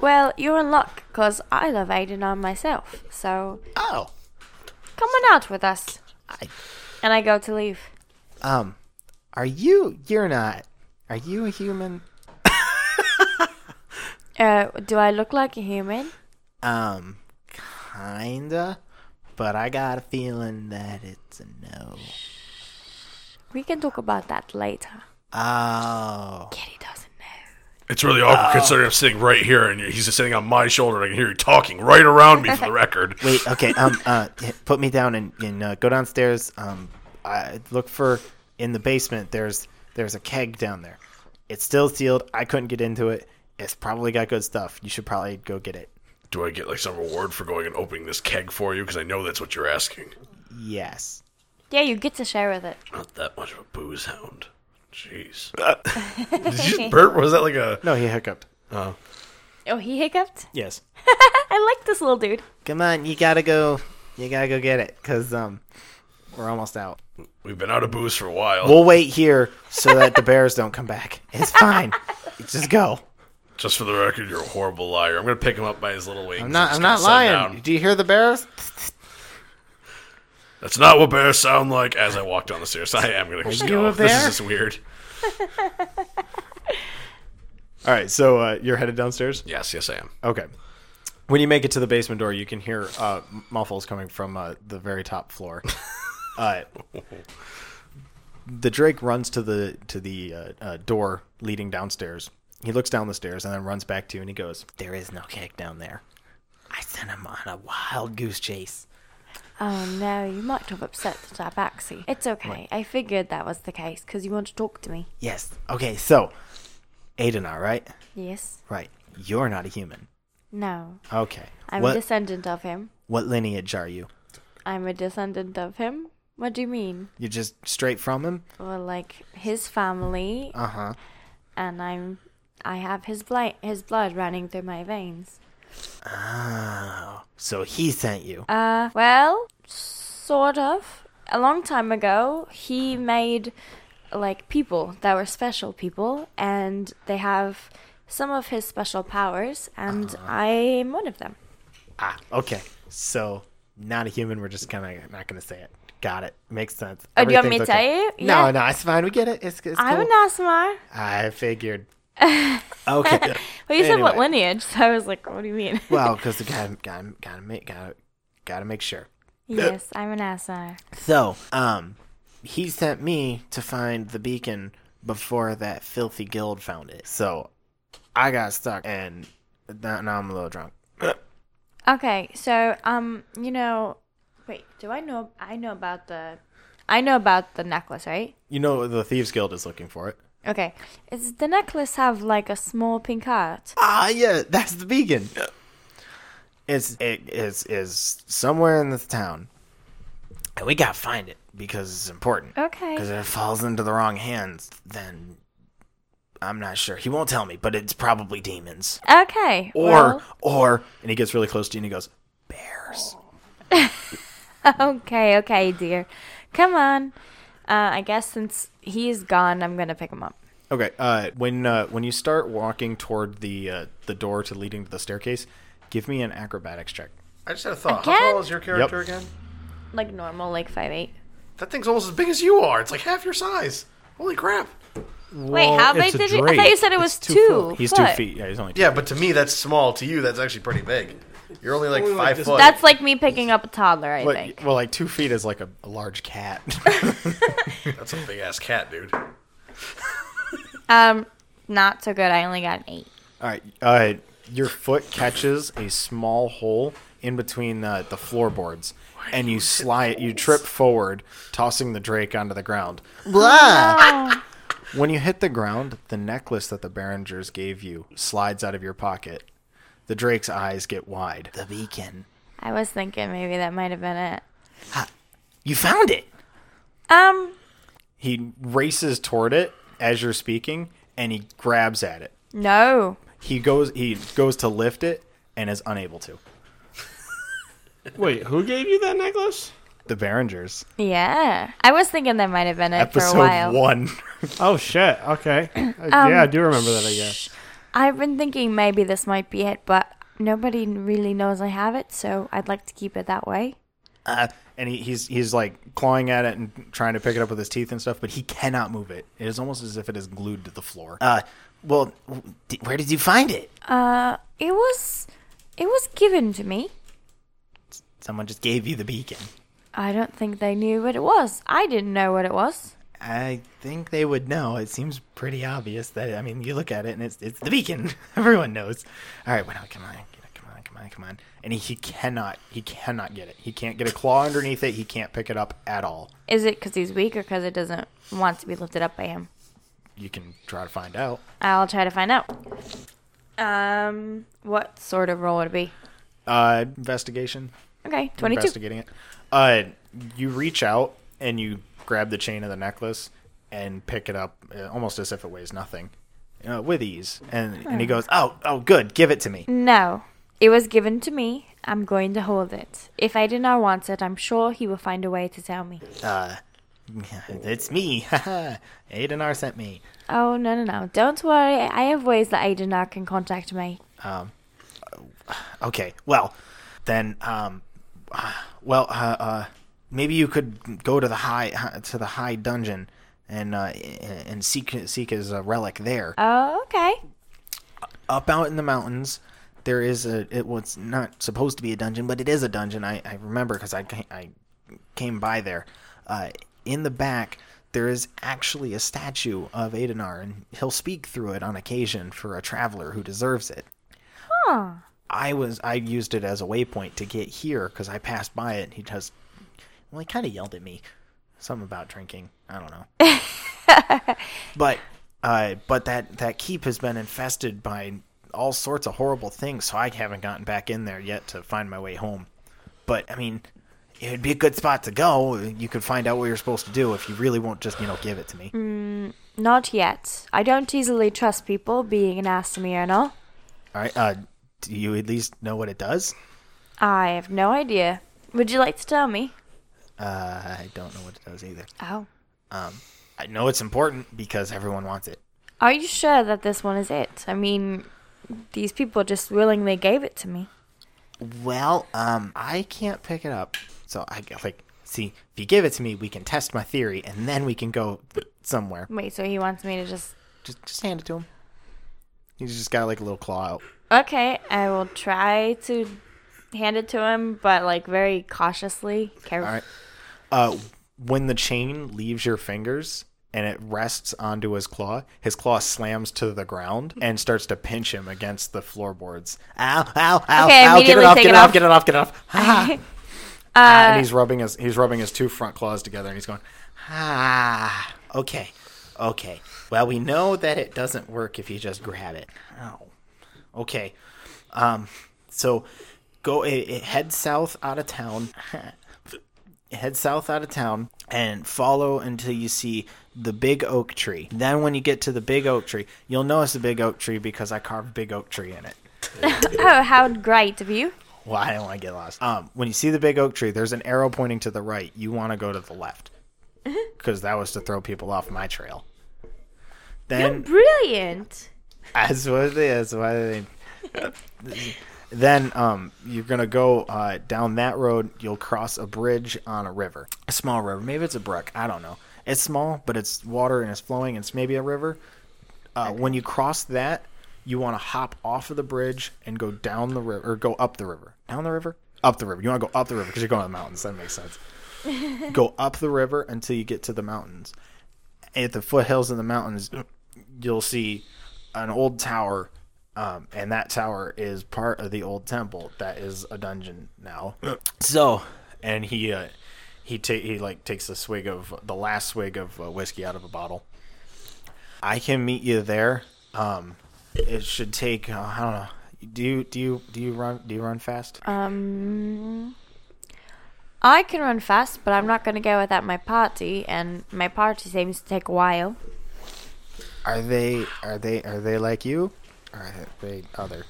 Well, you're in luck, 'cause I love Aidenar myself. So
Oh,
come on out with us.
I-
And I go to leave.
um, are you? You're not. Are you a human?
Uh, do I look like a human?
Um, kinda. But I got a feeling that it's a no.
We can talk about that later.
Oh,
Kitty doesn't know.
It's really awkward considering I'm sitting right here and he's just sitting on my shoulder and I can hear you talking right around me for
(laughs)
the record.
wait. Okay. Um. Uh. h- Put me down and, and uh, go downstairs. Um. I look for in the basement. There's there's a keg down there. It's still sealed. I couldn't get into it. It's probably got good stuff. You should probably go get it.
Do I get like some reward for going and opening this keg for you? Because I know that's what you're asking.
Yes.
Yeah, you get to share with it.
Not that much of a booze hound.
(laughs)
Jeez. Did you just burp? Was that like a?
No, he hiccuped.
Oh, he hiccuped?
Yes.
I like this little dude.
Come on. You gotta go. You gotta go get it. Cause um, we're almost out.
We've been out of booze for a while.
We'll wait here so that the bears don't come back. It's (laughs) fine. Just go.
Just for the record, you're a horrible liar. I'm gonna pick him up by his little wings.
I'm
and
not.
just
I'm
gonna
not
set him
lying.
down.
Do you hear the bears?
That's not what bears sound like. As I walk down the stairs, I am gonna just
you
go.
a
This is
bear?
just weird.
All right, so uh, you're headed downstairs?
Yes, yes, I am.
Okay. When you make it to the basement door, you can hear uh, m- muffles coming from uh, the very top floor. uh, the Drake runs to the to the uh, uh, door leading downstairs. He looks down the stairs and then runs back to you, and he goes,
There is no cake down there. I sent him on a wild goose chase.
Oh no, you might have upset the tabaxi. It's okay. I figured that was the case because you want to talk to me.
Yes. Okay, so Adenar, right?
Yes.
Right. You're not a human.
No.
Okay.
I'm
what
a descendant of him.
what lineage are you?
I'm a descendant of him. What do you mean?
You're just straight from him?
Well, like his family,
Uh-huh.
and I'm. I have his blood, his blood running through my veins.
Oh. So he sent you.
Uh, well, sort of. A long time ago, he made like people that were special people, and they have some of his special powers, and
Uh-huh.
I'm one of them.
Ah, okay. So not a human. We're just kind of not going to say it. Got it. Makes sense.
Oh, do you want me to
Everything's
tell
okay.
you?
No,
Yeah.
no, it's fine. We get it. It's, it's
I'm
cool.
an Asmar.
I figured. okay.
Well, you said what
Anyway.
lineage? So I was like, what do you mean?
well, because gotta gotta gotta make gotta gotta make sure.
yes, I'm an Asmar.
So, um, he sent me to find the beacon before that filthy guild found it. So, I got stuck, and now, now I'm a little drunk.
Okay, so um, you know, wait, do I know? I know about the, I know about the necklace, right?
You know the Thieves Guild is looking for it.
Okay, is the necklace have like a small pink heart?
Ah, yeah, that's the beacon. It's it is is somewhere in this town, and we gotta find it because it's important. Because
Okay,
if it falls into the wrong hands, then I'm not sure. He won't tell me, but it's probably demons.
okay.
Or
well,
or and he gets really close to you and he goes, Bears.
(laughs) okay, okay, dear, come on. Uh, I guess since he's gone, I'm gonna pick him up.
Okay. Uh, when uh, when you start walking toward the uh, the door to leading to the staircase, give me an acrobatics check.
I just had a thought. How
Again?
tall is your character
Yep.
again?
Like normal, like five eight.
That thing's almost as big as you are. It's like half your size. Holy crap.
wait, how big
it's a
did you? I
drape.
thought you said it was two.
He's two
foot.
feet. Yeah, he's only. Two.
Yeah, but to me, that's small. To you, that's actually pretty big. You're only like five foot.
That's like me picking up a toddler. I think.
But, well, like two feet is like a, a large
(laughs)
cat. (laughs)
That's a big ass cat, dude.
Um, not so good. I only got an eight.
All right. Uh, your foot catches a small hole in between uh, the floorboards, and you slide. You trip forward, tossing the Drake onto the ground.
Blah.
When you hit the ground, the necklace that the Barringers gave you slides out of your pocket. The Drake's eyes get wide.
The beacon.
I was thinking maybe that might have been it.
You found it.
Um,
He races toward it as you're speaking, and he grabs at it.
no.
He goes. He goes to lift it, and is unable to.
Wait, who gave you that necklace?
The Barringers.
Yeah, I was thinking that might have been it for a
Episode
while. Um,
one. (laughs)
Oh shit. Okay. yeah, I do remember that. I guess.
I've been thinking maybe this might be it, but nobody really knows I have it, so I'd like to keep it that way.
uh, and he, he's he's like clawing at it and trying to pick it up with his teeth and stuff, but he cannot move it. It is almost as if it is glued to the floor.
Uh, well, w- d- where did you find it?
Uh, it was, it was given to me.
Someone just gave you the beacon.
I don't think they knew what it was. I didn't know what it was.
I think they would know. It seems pretty obvious that I mean, you look at it and it's it's the beacon. (laughs) Everyone knows. All right, well, come on, come on, come on, come on.
and he, he cannot he cannot get it. He can't get a claw underneath it. He can't pick it up at all.
Is it because he's weak or because it doesn't want to be lifted up by him?
You can try to find out.
I'll try to find out. Um, what sort of roll would it be?
Uh, investigation.
Okay, twenty-two.
Investigating it. Uh, you reach out and you grab the chain of the necklace and pick it up, uh, almost as if it weighs nothing, uh, with ease. And and he goes,
Oh, oh, good. Give it to me.
No, it was given to me. I'm going to hold it. If I did not want it, I'm sure he will find a way to tell me.
(laughs)
It's me. Adenar sent me.
Oh, no, no, no. Don't worry. I have ways that Aidenar can contact me.
Okay, well, then, um, ah, well, uh, uh, maybe you could go to the high uh, to the high dungeon and uh, and seek seek his uh, relic there.
Oh, okay.
up out in the mountains there is a it was not supposed to be a dungeon but it is a dungeon i, I remember because I, ca- I came by there uh, in the back there is actually a statue of Adenar, and he'll speak through it on occasion for a traveler who deserves it
Huh.
i was i used it as a waypoint to get here because i passed by it and he just well he kind of yelled at me something about drinking i don't know but uh, but that that keep has been infested by all sorts of horrible things, so I haven't gotten back in there yet to find my way home. But I mean, it would be a good spot to go. You could find out what you're supposed to do if you really won't just you know give it to me.
Not yet. I don't easily trust people, being an Asmir and all.
All right, uh, do you at least know what it does?
I have no idea. Would you like to tell me?
Uh, I don't know what it does either.
Oh.
I know it's important because everyone wants it.
Are you sure that this one is it? I mean, these people just willingly gave it to me.
Well, um, I can't pick it up, so I g- like see if you give it to me, we can test my theory, and then we can go somewhere.
Wait, so he wants me to just.
Just, just hand it to him. He's just got like a little claw out.
Okay, I will try to hand it to him, but like very cautiously. Care-
All right. Uh, when the chain leaves your fingers and it rests onto his claw, his claw slams to the ground and starts to pinch him against the floorboards. Ow! Ow! Ow!
Okay,
ow! Get
immediately
it off!
take
Get it
it
off! Get it
off. Uh,
off! Get it
(laughs)
off! Ha, ha. Ah, and he's rubbing his he's rubbing his two front claws together, and he's going, ah, okay, okay. Well, we know that it doesn't work if you just grab it. Oh, okay. Um, so go it, it head south out of town. head south out of town and follow until you see the big oak tree. Then when you get to the big oak tree, you'll know it's a big oak tree because I carved big oak (laughs) tree in it.
Oh, how great of you!
Well, I don't want to get lost. Um, when you see the big oak tree, there's an arrow pointing to the right. You want to go to the
(laughs)
left because that was to throw people off my trail. Then
Brilliant.
that's what it is. Why they? then um, you're gonna go uh, down that road. You'll cross a bridge on a river, a small river. Maybe it's a brook. I don't know. It's small, but it's water and it's flowing. It's maybe a river. Uh, When you cross that, you want to hop off of the bridge and go down the river, or go up the river, down the river, up the river. You want to go up the river because you're going to the mountains. That makes (laughs) sense. go up the river until you get to the mountains. At the foothills of the mountains, you'll see an old tower, um, and that tower is part of the old temple that is a dungeon now. so, and he uh, he ta- he like takes a swig of the last swig of uh, whiskey out of a bottle. I can meet you there. Um, it should take uh, I don't know. Do you do you do you run do you run fast?
Uh, Um, I can run fast, but I'm not going to go without my party, and my party seems to take a while.
Are they are they are they like you? Or are they other?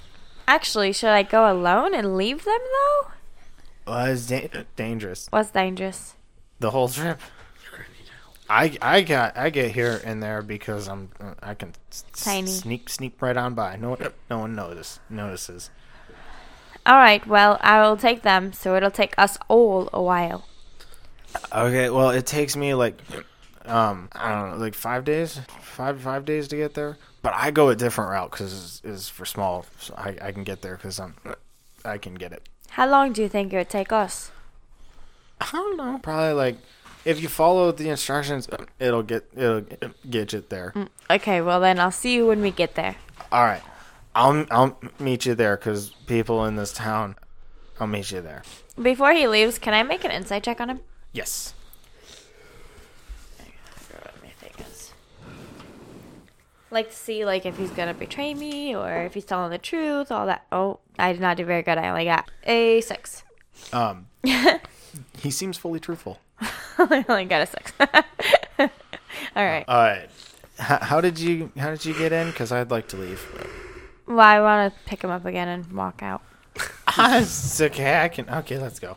Actually, should I go alone and leave them though?
Well, it's da- dangerous.
What's dangerous?
The whole trip. I I got I get here and there because I'm uh, I can s- s-
Tiny.
sneak sneak right on by. No one no one notice notices.
All right, well, I will take them, so it'll take us all a while.
Okay, well it takes me like um I don't know like five days five five days to get there. But I go a different route because is for small. So I I can get there because I'm I can get it.
How long do you think it would take us?
I don't know. Probably like if you follow the instructions, it'll get it'll get you there.
Okay, well then I'll see you when we get there.
All right, I'll I'll meet you there because people in this town. I'll meet you there.
Before he leaves, can I make an insight check on him?
Yes.
Like to see like if he's gonna betray me or if he's telling the truth, all that. Oh, I did not do very good. I only got a six. (laughs)
Um, he seems fully truthful.
I only got a six. (laughs) all right.
Uh,
All right. H- how did you How did you get in? Because I'd like to leave.
Well, I want to pick him up again and walk out.
it's okay. (laughs) I can. Okay, let's go.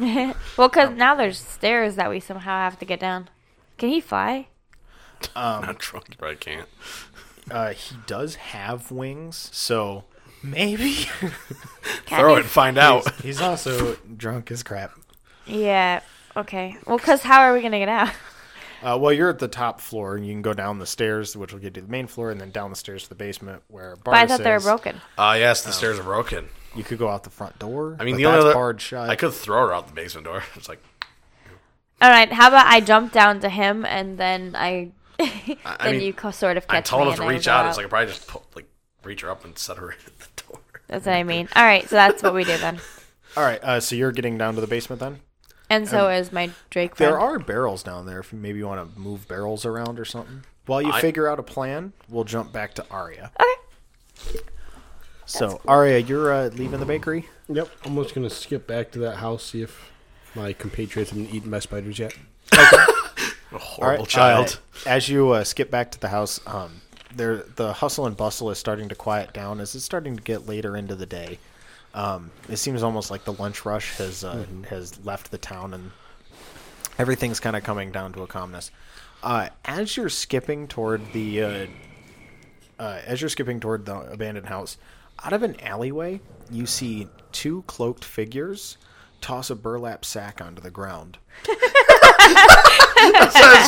Well, because now there's stairs that we somehow have to get down. Can he fly?
Not drunk, you probably can't.
Uh, he does have wings, so (laughs) maybe Oh.
(laughs)
Can
Throw
he?
it and find out.
he's also drunk as crap.
Yeah. Okay. Well, because how are we gonna get out? (laughs)
Uh, well, you're at the top floor, and you can go down the stairs, which will get you to the main floor, and then down the stairs to the basement where.
But I
Bardas
thought they were
is.
broken.
Ah, yes, the stairs are broken.
You could go out the front door.
I mean,
but
the only
that's
other
barred shut.
I could throw her out the basement door. It's like
All right. How about I jump down to him and then I, (laughs) then
I mean,
you co- sort of catch
I told
me
him to
and I
reach
go
out. It's like I probably just pull, like reach her up and set her (laughs) in the door.
that's what I mean. All right. So that's what we do then.
All right, uh, so you're getting down to the basement then.
And so is my Drake friend.
There are barrels down there. If maybe you want to move barrels around or something. While you
I-
figure out a plan, we'll jump back to Arya.
Okay.
So Arya, you're uh, leaving the bakery.
Yep, I'm just gonna skip back to that house, see if my compatriots have been eaten by spiders yet.
What a
All right,
horrible child.
uh, as you uh, skip back to the house, um, there the hustle and bustle is starting to quiet down as it's starting to get later into the day. Um, it seems almost like the lunch rush
Mm-hmm.
has uh, has left the town and everything's kind of coming down to a calmness. Uh, as you're skipping toward the, uh, uh, as you're skipping toward the abandoned house, out of an alleyway, you see two cloaked figures toss a burlap sack onto the ground.
(laughs) That's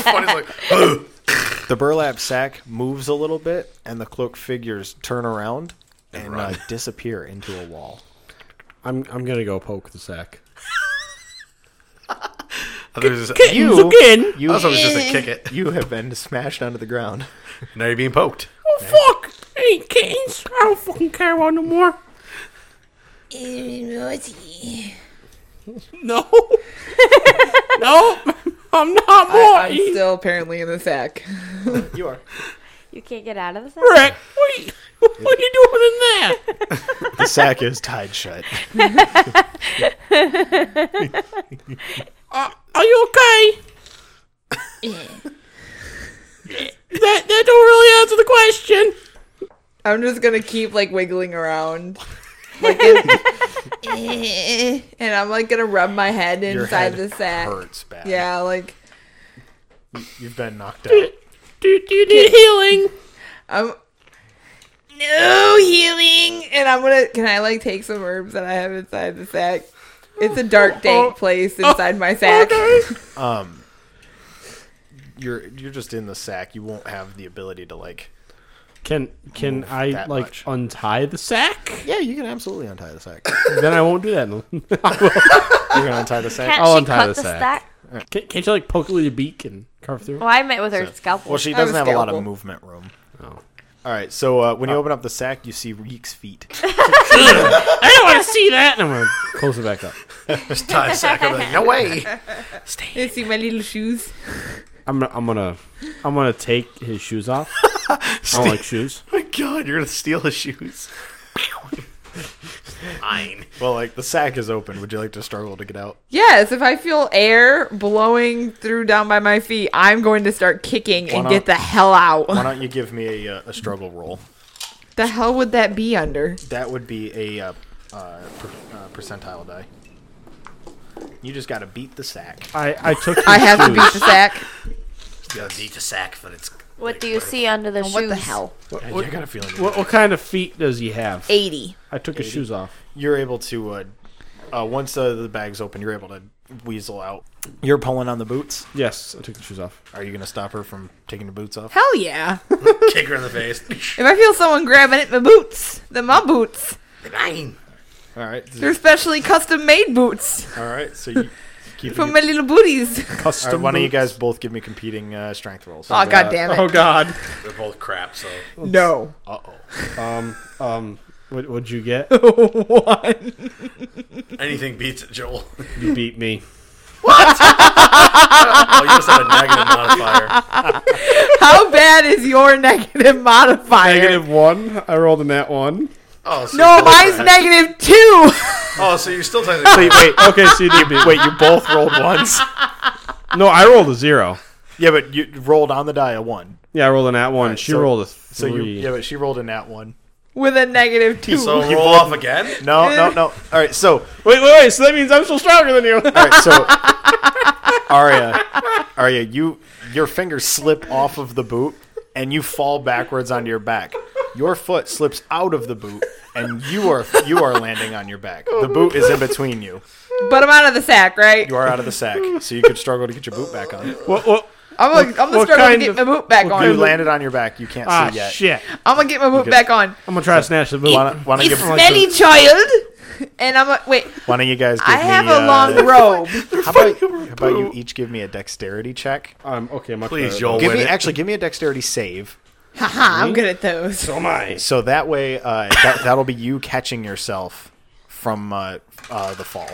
funny. It's like, "Ugh."
The burlap sack moves a little bit, and the cloaked figures turn around and, uh,
run.
disappear into a (laughs) wall.
I'm I'm gonna go poke the sack.
(laughs) I thought it was just-
You,
I
you,
thought it was just a kick it.
(laughs) you have been smashed onto the (laughs) ground.
Now you're being poked.
Oh fuck! Hey kittens! I don't fucking care about no more. No. no, I'm not more.
I'm still apparently in the sack.
You are.
You can't get out of this.
Rick, what are, you, what are you doing in there?
The sack is tied shut.
Uh, are you okay? that that don't really answer the question.
I'm just gonna keep like wiggling
(laughs)
around. Like it- (laughs) and I'm like gonna rub my head
Your
inside
head
the sack.
hurts bad.
Yeah, like
You've been knocked
(laughs)
out.
Do, do you need healing?
I'm No healing and I'm gonna can I like take some herbs that I have inside the sack? It's a
Oh.
dark dank place inside my sack.
You're you're just in the sack. You won't have the ability to like.
Can can I
that
like
much.
untie the sack?
Yeah, you can absolutely untie the (laughs) sack.
(laughs) then I won't do that. No.
You're gonna untie the sack.
Can't
I'll
she
untie
cut
the
the
sack.
stack?
Can, can't you like poke it with your beak and carve through?
Well, I met with her scalpel.
Well, she
I have a
doesn't have a lot of
scalpel.
movement room.
Oh.
All right, so uh, when you open up the sack, you see Reek's feet.
I don't want to see that. And I'm gonna close it back up.
Just tie a sack over there. No (laughs) way.
You see my little shoes?
I'm gonna, I'm gonna I'm gonna take his shoes (laughs) off. I don't like shoes.
my god, you're gonna steal his shoes. Fine.
Well, like the sack is open. Would you like to struggle to get out?
Yes, if I feel air blowing through down by my feet, I'm going to start kicking and
not?
get the hell
Why
out.
don't you give me a, uh, a struggle roll?
The hell would that be under?
That would be a uh, uh, per, uh, percentile die. You just got to beat the sack.
I I took.
I
his
have to
shoes.
beat the sack.
(laughs)
You gotta beat the sack, but it's.
what do you see under the shoes?
What the hell?
I, I got a feeling you-
What, what kind of feet does he have?
80.
I took his shoes off.
you're able to. Uh, uh, once uh, the bag's open, you're able to weasel out. You're pulling on the boots.
Yes, I took the shoes off.
Are you going to stop her from taking the boots off?
Hell yeah.
Kick her in the face. (laughs)
If I feel someone grabbing at my boots, then my boots.
Fine.
All right.
They're specially custom made boots
All right. So you keep.
for my little booties.
All right, why don't you guys both give me competing uh, strength rolls?
Oh, god damn it.
(laughs)
Oh God.
They're both crap, so.
No.
Uh oh.
Um um. What would you (laughs) get?
One.
Anything beats it, Joel.
You beat me.
Oh, you just had a negative modifier.
How bad is your (laughs) negative modifier?
Negative one. I rolled a net one.
Oh, so
No, mine's negative two. (laughs)
Oh, so you're still technically.
wait. (laughs) Okay, so you did beat.
Wait, you both rolled ones.
No, I rolled a zero.
(laughs) Yeah, but you rolled on the die a one.
Yeah, I rolled a nat one. she
so-
rolled a three.
So you. Yeah, but she rolled a nat one.
With a negative two.
So roll off again?
No, no,
(laughs)
no. All right. So
Wait, wait, wait. So that means I'm still stronger than you.
All right, so Arya, Arya, you your fingers slip off of the boot and you fall backwards onto your back. Your foot slips out of the boot and you are you are landing on your back.
Oh.
The boot is in between you.
but I'm out of the sack, right?
You are out of the sack, so you could struggle to get your boot back on.
(laughs) what, what?
I'm gonna, I'm gonna
what
struggle to
kind
get
of-
my boot back on.
You landed on your back. You can't
Ah,
see yet.
shit.
I'm gonna get my boot back on.
I'm gonna try to snatch the boot.
Why don't, why don't you,
It's
why
smelly child. And I'm gonna, wait.
don't you guys give
I have
me,
a long
uh, (laughs)
robe.
How about, how about you each give me a dexterity check?
Um, okay, much
Please,
better.
Joel.
Give
win
me
it.
actually give me a dexterity save.
Haha, I'm good at those.
So am I.
So that way, uh, that, that'll be you catching yourself from uh, uh, the fall.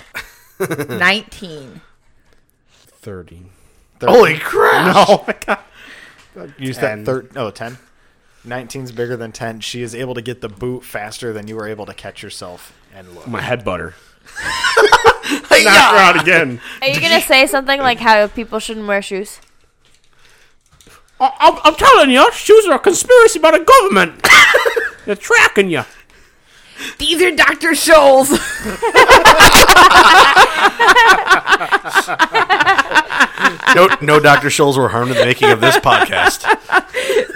19.
Thirty.
Holy
(laughs)
crap!
Oh my god.
Use that third. Oh, 10. 19's bigger than 10. She is able to get the boot faster than you were able to catch yourself and look.
My head
(laughs)
butter. Knock her out again.
Are you gonna say something like how people shouldn't wear shoes?
I, I'm,
(laughs)
I'm telling you, shoes are a conspiracy by the government. They're tracking you.
These are Dr. Scholl's. (laughs)
No, no Dr. Scholes were harmed in the making of this podcast.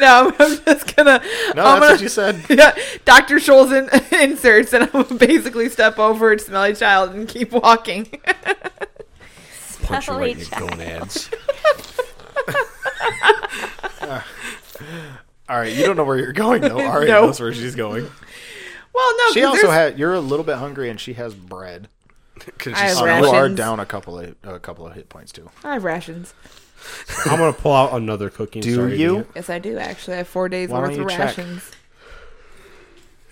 no, I'm, I'm just gonna.
No, that's what
I'm gonna-
you said.
(laughs) Yeah, Dr. Scholl's in, (laughs) inserts, and I'm gonna basically step over and smelly child and keep walking.
Punch you right in your
Child.
gonads.
All right, you don't know where you're going though. Ari
No.
knows where she's going.
well, no,
She
'cause
also
there's-
had. You're a little bit hungry, and she has bread.
Could
I
just-
have
So you are
rations.
down a couple of a couple of hit points too.
I have rations.
I'm gonna pull out another cooking.
Do
sorry,
you?
idiot.
Yes, I do actually. I have four days
Why don't
worth
you
of
check?
rations.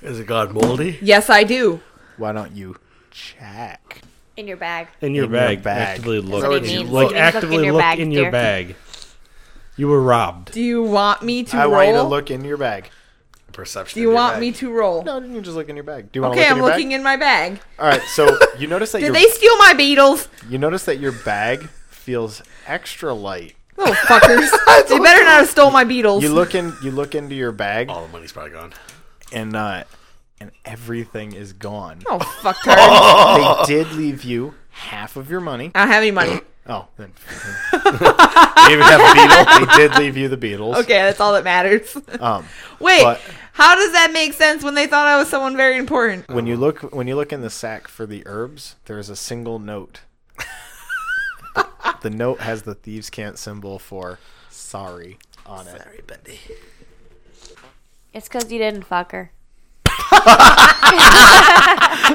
Is it God moldy?
Yes, I do.
Why don't you check?
in your bag.
In your
In your
bag,
bag.
actively look.
what he means. He means
Like
look in
actively
your
look
bag,
in your
dear.
bag. You were robbed.
Do you want me to
I
roll?
want you to look in your bag.
Perception.
do you want me to roll?
No, didn't you just look in your bag? Do you want
Okay,
to
I'm
look in
looking
your
in my bag.
bag? All right,
(laughs)
so you notice that
Did
your
they steal my beetles?
you notice that your bag feels extra light.
Little fuckers.
(laughs)
they better not have stole my beetles.
You look in you look into your bag
All the money's probably gone.
and uh and everything is gone.
oh, fuck
(laughs)
her.
They did leave you half of your money.
I don't have
(coughs)
any money.
Oh, then (laughs) they even have a beetle. They did leave you the Beatles.
Okay, that's all that matters. (laughs)
Um,
Wait,
But-
how does that make sense when they thought I was someone very important?
when you look when you look in the sack for the herbs, there is a single note. the note has the thieves can't symbol for sorry on it.
Sorry, buddy.
It's because you didn't fuck her.
(laughs)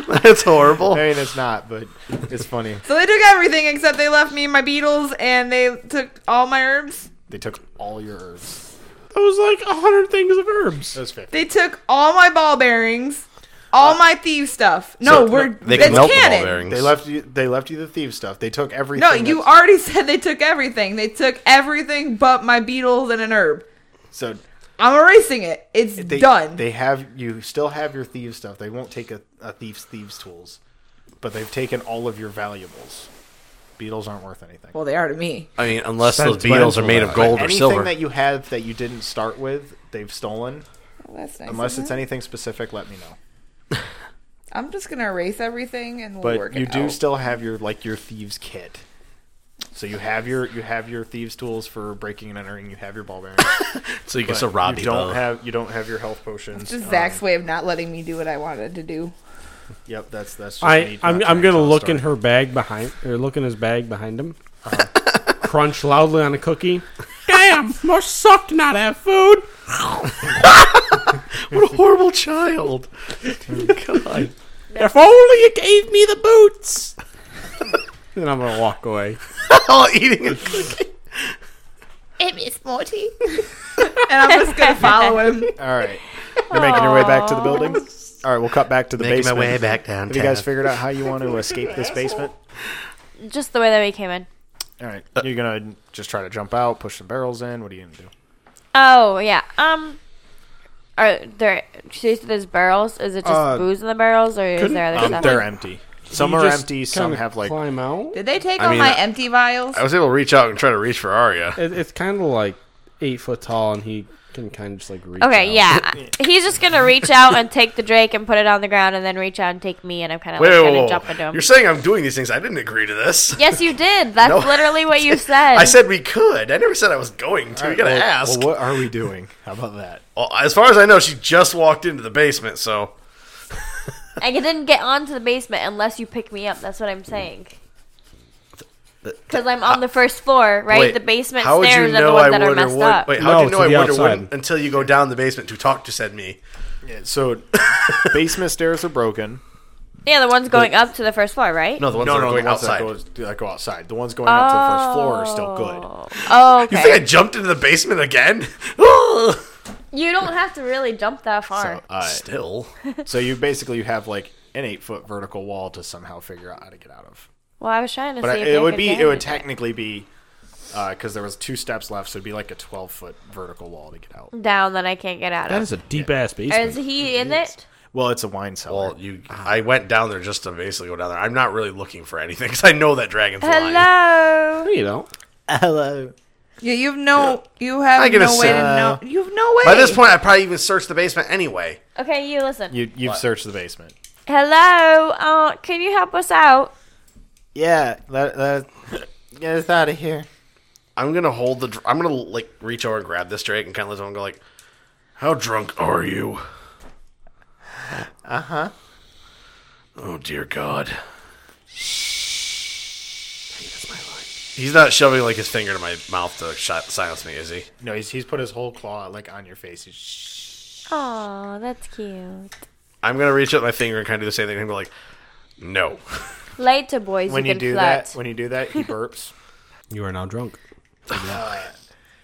That's horrible.
I mean, it's not, but it's funny.
So they took everything except they left me my beetles and they took all my herbs.
They took all your herbs.
That was like a hundred things of herbs.
That was 50.
They took all my ball bearings, all
Uh,
my thief stuff. No, we're
They
that's
can melt the
canon.
ball bearings.
They left you. They left you the thieves stuff. They took everything.
No, you
that's-
already (laughs) said they took everything. They took everything but my beetles and an herb.
so
I'm erasing it. It's
they,
done.
They have you still have your thieves stuff. They won't take a, a thief's thieves tools, but they've taken all of your valuables. Beetles aren't worth anything.
well, they are to me.
I mean, unless those
Spent
beetles are made of
Spencer,
gold or
anything
silver.
that you had that you didn't start with, they've stolen.
Well, that's nice.
Unless
isn't
it's
it?
anything specific, let me know.
I'm just gonna erase everything and we'll work
But you
it
do
out.
still have your like your thieves kit. So you have your you have your thieves tools for breaking and entering. You have your ball
(laughs)
bearings.
so you can
but
still rob
you
people.
don't have you don't have your health potions.
It's just
Um,
Zach's way of not letting me do what I wanted to do.
Yep, that's that's. Just
I
me not
I'm,
trying
I'm
to
gonna
tell a
look in
story.
her bag behind or look in his bag behind
(laughs)
him. Uh, Crunch loudly on a cookie. Damn, must suck to not have food.
what a horrible
(laughs)
child. God.
If only you gave me the boots. (laughs) then I'm gonna walk away.
All eating a cookie.
And I'm just
(laughs)
gonna follow him.
All
(laughs)
right, you're making your way back to the building. All right, we'll cut back to the
Making my
basement.
way back down.
Have you guys figured out how you
(laughs)
want to escape this basement?
Just the way that we came in.
All right,
Uh,
you're gonna just try to jump out, push some barrels in. What are you gonna do?
Oh yeah. Um. Are there? She said there's barrels. Is it just
Uh,
booze in the barrels, or is
couldn't-
there other
Um,
stuff?
they're empty. Some
You
are
just
empty. Some
kinda
have like
climb out.
Did they take
I
all
mean,
my
I-
empty vials?
I was able to reach out and try to reach for Arya.
It, it's kind of like eight foot tall, and he can kind of just like reach.
Okay,
out.
yeah. He's just gonna reach out and take the Drake and put it on the ground, and then reach out and take me, and I'm kind of like,
Wait, wait,
gonna
wait,
jump into him.
You're saying I'm doing these things. I didn't agree to this.
yes, you did. That's
No.
literally what you said.
(laughs) I said we could. I never said I was going to. You gotta
well,
ask.
Well, what are we doing? How about that?
Well, as far as I know, she just walked into the basement, so
I didn't get onto the basement unless you pick me up. That's what I'm saying. Because I'm on the first floor, right?
uh, Wait,
the basement
how would you
stairs are the
know I
ones that are
would or
messed
wouldn't-
up.
Wait, how
No,
would you know
to
I
the
would or wouldn't
outside.
until you go down the basement to talk to said me?
So, (laughs) basement stairs are broken.
yeah, the ones going up to the first floor, right?
No, the ones
no,
that are
no,
going
the ones
outside.
That, goes, that go outside. The ones going up to the first floor are still good.
Oh,
You think I
okay.
jumped into the basement
(laughs)
again? (laughs)
You don't have to really jump that far.
So, uh,
(laughs)
Still.
so you basically you have like an eight foot vertical wall to somehow figure out how to get out of.
well, I was trying to
But
see.
I-
if
it
they
would
could
be it
damage
would technically be because there was two steps left, so it'd be like a twelve foot vertical wall to get out.
down that I can't get out
that
of.
is a deep ass
Is
basement.
he in it?
Well, it's a wine cellar.
Well, you. I went down there just to basically go down there. I'm not really looking for anything because I know that dragon's lying.
Hello.
No, you know,
Hello.
Yeah, you have no, you have
I give
no
a
way to know.
s-
You have no way.
By this point, I probably even searched the basement anyway.
Okay, you listen.
You you've searched the basement.
Hello, uh, can you help us out?
Yeah, let, let, get us out of here.
I'm gonna hold the. dr- I'm gonna like reach over and grab this drink and kind of let him go like, "How drunk are you?" Uh Uh-huh. huh. Oh dear God. He's not shoving like his finger to my mouth to shi silence me, is he?
No, he's, he's put his whole claw like on your face. He's
Oh, that's cute.
I'm gonna reach out my finger and kind of do the same thing and go like, "No."
Later, boys,
when
you
you
can
do
flirt.
that, when you do that,
(laughs)
he burps.
You are now drunk.
I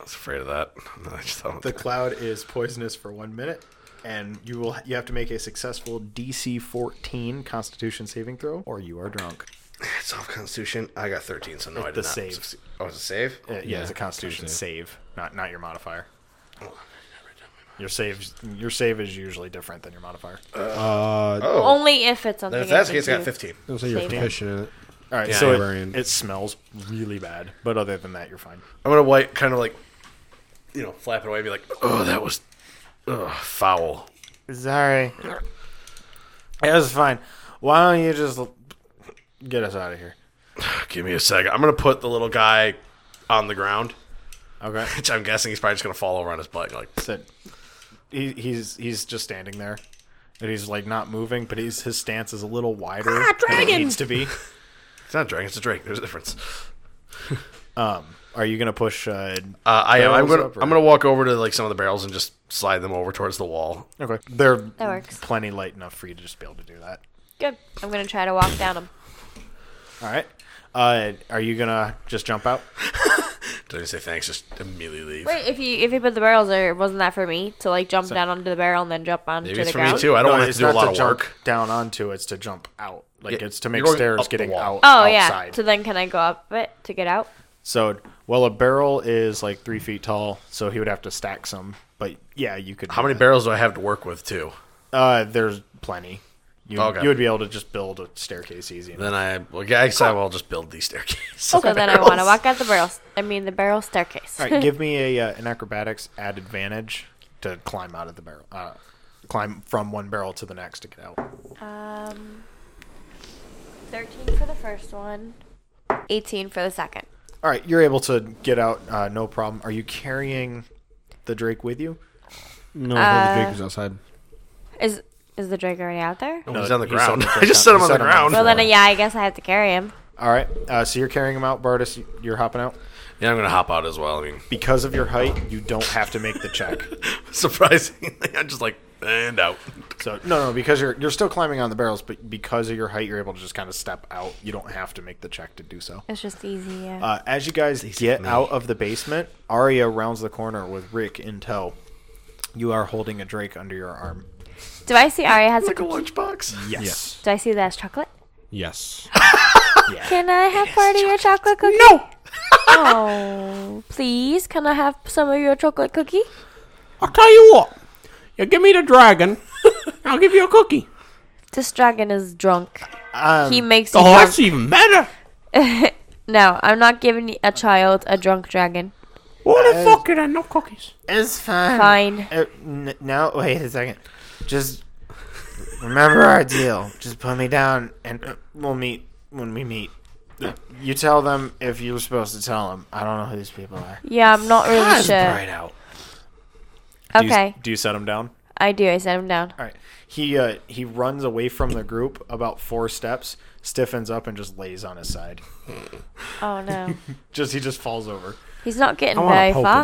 was afraid of that. (laughs) I just thought-
the cloud is poisonous for one minute, and you will you have to make a successful DC 14 Constitution saving throw, or you are drunk.
It's off Constitution. I got 13, so no, I did
the
not.
save.
succeed. Oh, it's a save.
Uh, yeah, it's a Constitution save, not not your modifier. Your save your save is usually different than your modifier.
Uh,
Oh,
Only if it's something.
if that's the
against
case, I got
you.
15.
don't say you're
Save it.
proficient in it.
All right,
Yeah,
so
Barbarian.
it, it smells really bad, but other than that, you're fine.
I'm gonna wipe, kind of like, you know, flap it away, and be like, "Oh, that was, ugh, foul."
Sorry. It was fine. Why don't you just
Get us out of here.
Give me a second. I'm gonna put the little guy on the ground,
Okay.
which I'm guessing he's probably just gonna fall over on his butt. and Like,
So he, he's he's just standing there, and he's like not moving, but he's his stance is a little wider
Ah,
than it needs to
(laughs)
be.
it's not a drink. It's a drink. There's a difference.
Are you gonna push? Uh,
Uh, I am. I'm
Barrels
gonna.
up or-
I'm gonna walk over to like some of the barrels and just slide them over towards the wall.
okay, they're
That works.
plenty light enough for you to just be able to do that.
Good. I'm gonna try to walk down them.
All right. Uh, are you gonna just jump out?
Didn't say thanks. Just immediately leave.
Wait, if you if you put the barrels there, wasn't that for me to like jump down onto the barrel and then jump onto
Maybe
the
it's for
ground?
me too. I don't want to have
it's
to do a
not
lot of
jump
work.
down onto. It's to jump out. Like
Yeah,
it's to
you're
make
going
stairs
up the
getting
wall.
out.
Oh yeah.
outside.
So then can I go up it to get out?
So well, a barrel is like three feet tall, so he would have to stack some. But yeah, you could.
How many barrels do I have to work with too?
Uh, there's plenty. You,
Okay.
you would be able to just build a staircase easy. enough.
Then I, well, I guess I will just build the staircase.
So then I want to walk out the barrel. I mean the barrel staircase.
All right, give me a uh, an acrobatics at advantage to climb out of the barrel. Uh, climb from one barrel to the next to get out.
um, thirteen for the first one. Eighteen for the second.
All right, you're able to get out, uh, no problem. Are you carrying the Drake with you?
No, uh, the drink was outside.
Is is the Drake already out there?
No, (laughs) he's on the
he set
ground.
him
(laughs) I just set him on the ground.
Well then, yeah, I guess I have to carry him.
All right, uh, so you're carrying him out, Bartis. you- You're hopping out
Yeah, I'm gonna hop out as well. I mean,
because of your height. You don't have to make the check.
(laughs) surprisingly, I'm just like and out.
So no, no, because you're you're still climbing on the barrels, but because of your height, you're able to just kind of step out. You don't have to make the check to do so.
It's just easy. Yeah.
Uh, as you guys get out of the basement, Arya rounds the corner with Rick in tow. You are holding a Drake under your arm.
Do I see Arya has a?
Like a
cookie?
lunchbox.
Yes.
Do I see that as chocolate?
Yes.
Can I have part of your chocolate cookie? No. (laughs) oh, please, can I have some of your chocolate cookie?
I'll tell you what. You give me
(laughs)
the dragon. I'll give you a cookie.
This dragon is drunk. he makes you
Oh,
drunk.
that's even better.
No, I'm not giving a child a drunk dragon.
What the fuck? Can I no cookies?
It's fine.
Fine.
Uh, n- no, wait a second. Just remember our deal. Just put me down, and uh, we'll meet when we meet. You tell them if you were supposed to tell them. I don't know who these people are.
Yeah, I'm not really
That's
sure.
bright out.
Do you-
Okay,
Do you, set him down?
I do. I set him down.
All right. He uh, he runs away from the group about four steps, stiffens up, and just lays on his side.
Oh no,
Just he just falls over.
he's not getting
wanna
very
poke
far.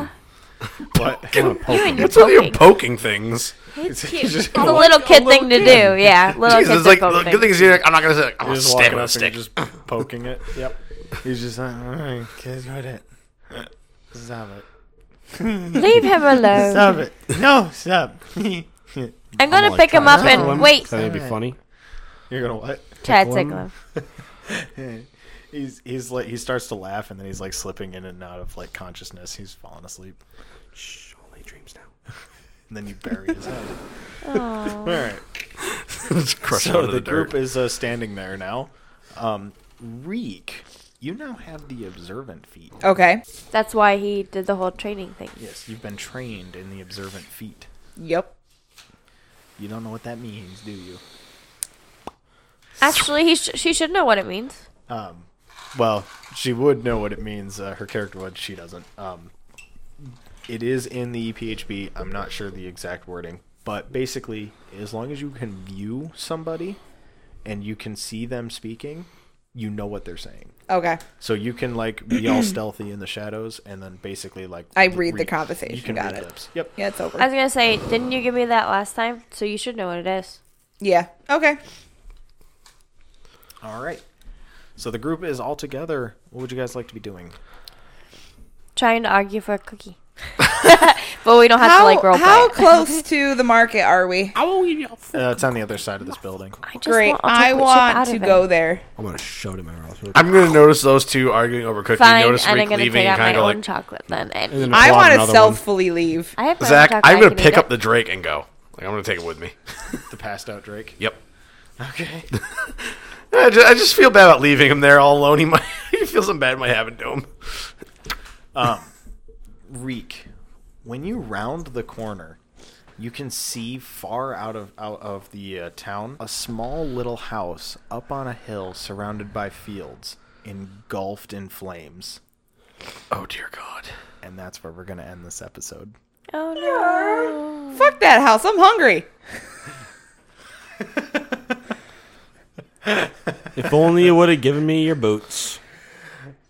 him.
But
You and your
What's with you
poking.
poking things?
It's cute. It's a little kid thing to do. Yeah, little
Jesus,
kid
it's like
poke
the
thing.
good thing is you're like, I'm not gonna say like, I'm
You're
gonna
just
stab
walking up
it with a
and you're
stick.
just poking
(laughs)
it. Yep.
He's just like, all right, kids, go ahead. Stop it.
Leave him alone.
Stop it. No, stop.
I'm gonna pick him up and wait.
That would be funny.
(laughs) You're gonna what?
Chad
tickle
tickle
him.
him.
He's he's like he starts to laugh and then he's like slipping in and out of like consciousness. He's falling asleep.
Shh, only dreams now.
And then you bury his head.
Aw.
All right.
Just crush it
So
under
the,
the,
group
dirt.
is uh, standing there now. Um, Reek, You now have the observant feat.
Okay.
That's why he did the whole training thing.
Yes, you've been trained in the observant feat.
Yep.
You don't know what that means, do you?
Actually, he sh- she should know what it means.
Um, well, she would know what it means. Uh, her character would. She doesn't. Um, it is in the E EPHB. I'm not sure the exact wording, but basically, as long as you can view somebody and you can see them speaking, you know what they're saying.
Okay.
So you can like be
(clears throat)
all stealthy in the shadows, and then basically like
I read the conversation,
You can
got
read
it.
lips. Yep.
Yeah, it's
I
over.
was gonna say, didn't you give me that last time? So you should know what it is.
Yeah. Okay.
All right. So the group is all together. What would you guys like to be doing?
Trying to argue for a cookie, (laughs) but we don't have
How,
to like roll
how (laughs)
play. it.
close to the market are we?
Uh, it's on the other side of this building.
(laughs) I just
Great.
want- I'll
I
take the chip out
want to
of it.
go there.
I'm gonna shove it in my mouth. real quick.
I'm gonna notice those two arguing over cookie.
Fine,
notice
and I'm
Rick
gonna
leaving
take
and
out my
kind of
own
like
chocolate then.
And
Uh,
And
then
I
plop
want
another
to
one.
selfphily leave.
I have my own
Zach.
chocolate.
I'm
I
gonna
can
pick
eat
up
it.
the Drake and go. Like I'm gonna take it with me. (laughs)
The passed out Drake.
Yep.
Okay.
(laughs) I just, I just feel bad about leaving him there all alone. He might. (laughs) he feels something bad might happen to him.
Reek, when you round the corner, you can see far out of out of the uh, town a small little house up on a hill surrounded by fields engulfed in flames.
Oh dear God.
And that's where we're going to end this episode.
Oh no!
Fuck that house. I'm hungry.
If only you would have given me your boots.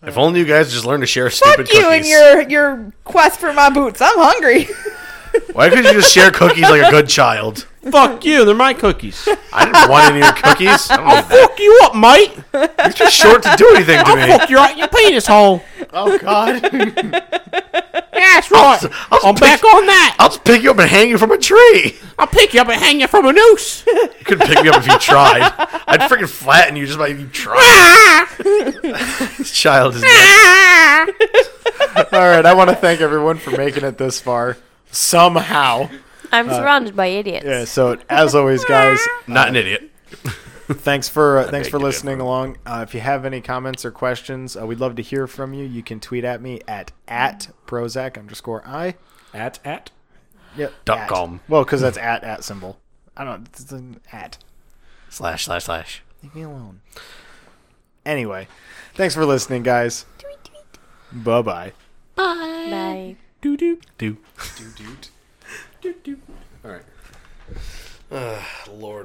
If only you guys just learned to share
Fuck
stupid
you
cookies.
and your your quest for my boots. I'm hungry. (laughs)
Why couldn't you just share cookies like a good child?
Fuck you. They're my cookies.
I didn't want any of your cookies. I don't need that.
Fuck you up, mate.
You're too short to do anything to me.
Fuck your your
(laughs)
penis hole.
Oh god.
That's right.
(laughs) I'll
I'm
just
back
pick,
on that.
I'll just pick you up and hang you from a tree.
I'll pick you up and hang you from a noose. (laughs)
You couldn't pick me up if you tried. I'd freaking flatten you just by you trying.
Ah!
This child is nuts.
(laughs) All right, I want to thank everyone for making it this far somehow.
I'm surrounded by idiots.
Yeah, so as always
(laughs)
guys,
not an idiot.
thanks for uh, thanks
beg
for
to
listening along. Uh, if you have any comments or questions, uh, we'd love to hear from you. You can tweet at me at at Prozac underscore I.
(laughs) At at.
Yep.
Dot
at.
com.
Well,
(laughs)
because that's at at symbol. I don't. It's an at.
Slash slash slash.
Leave me alone. Anyway, thanks for listening, guys. Bye bye.
Bye.
Doo doo.
Do
Doo doo.
Lord.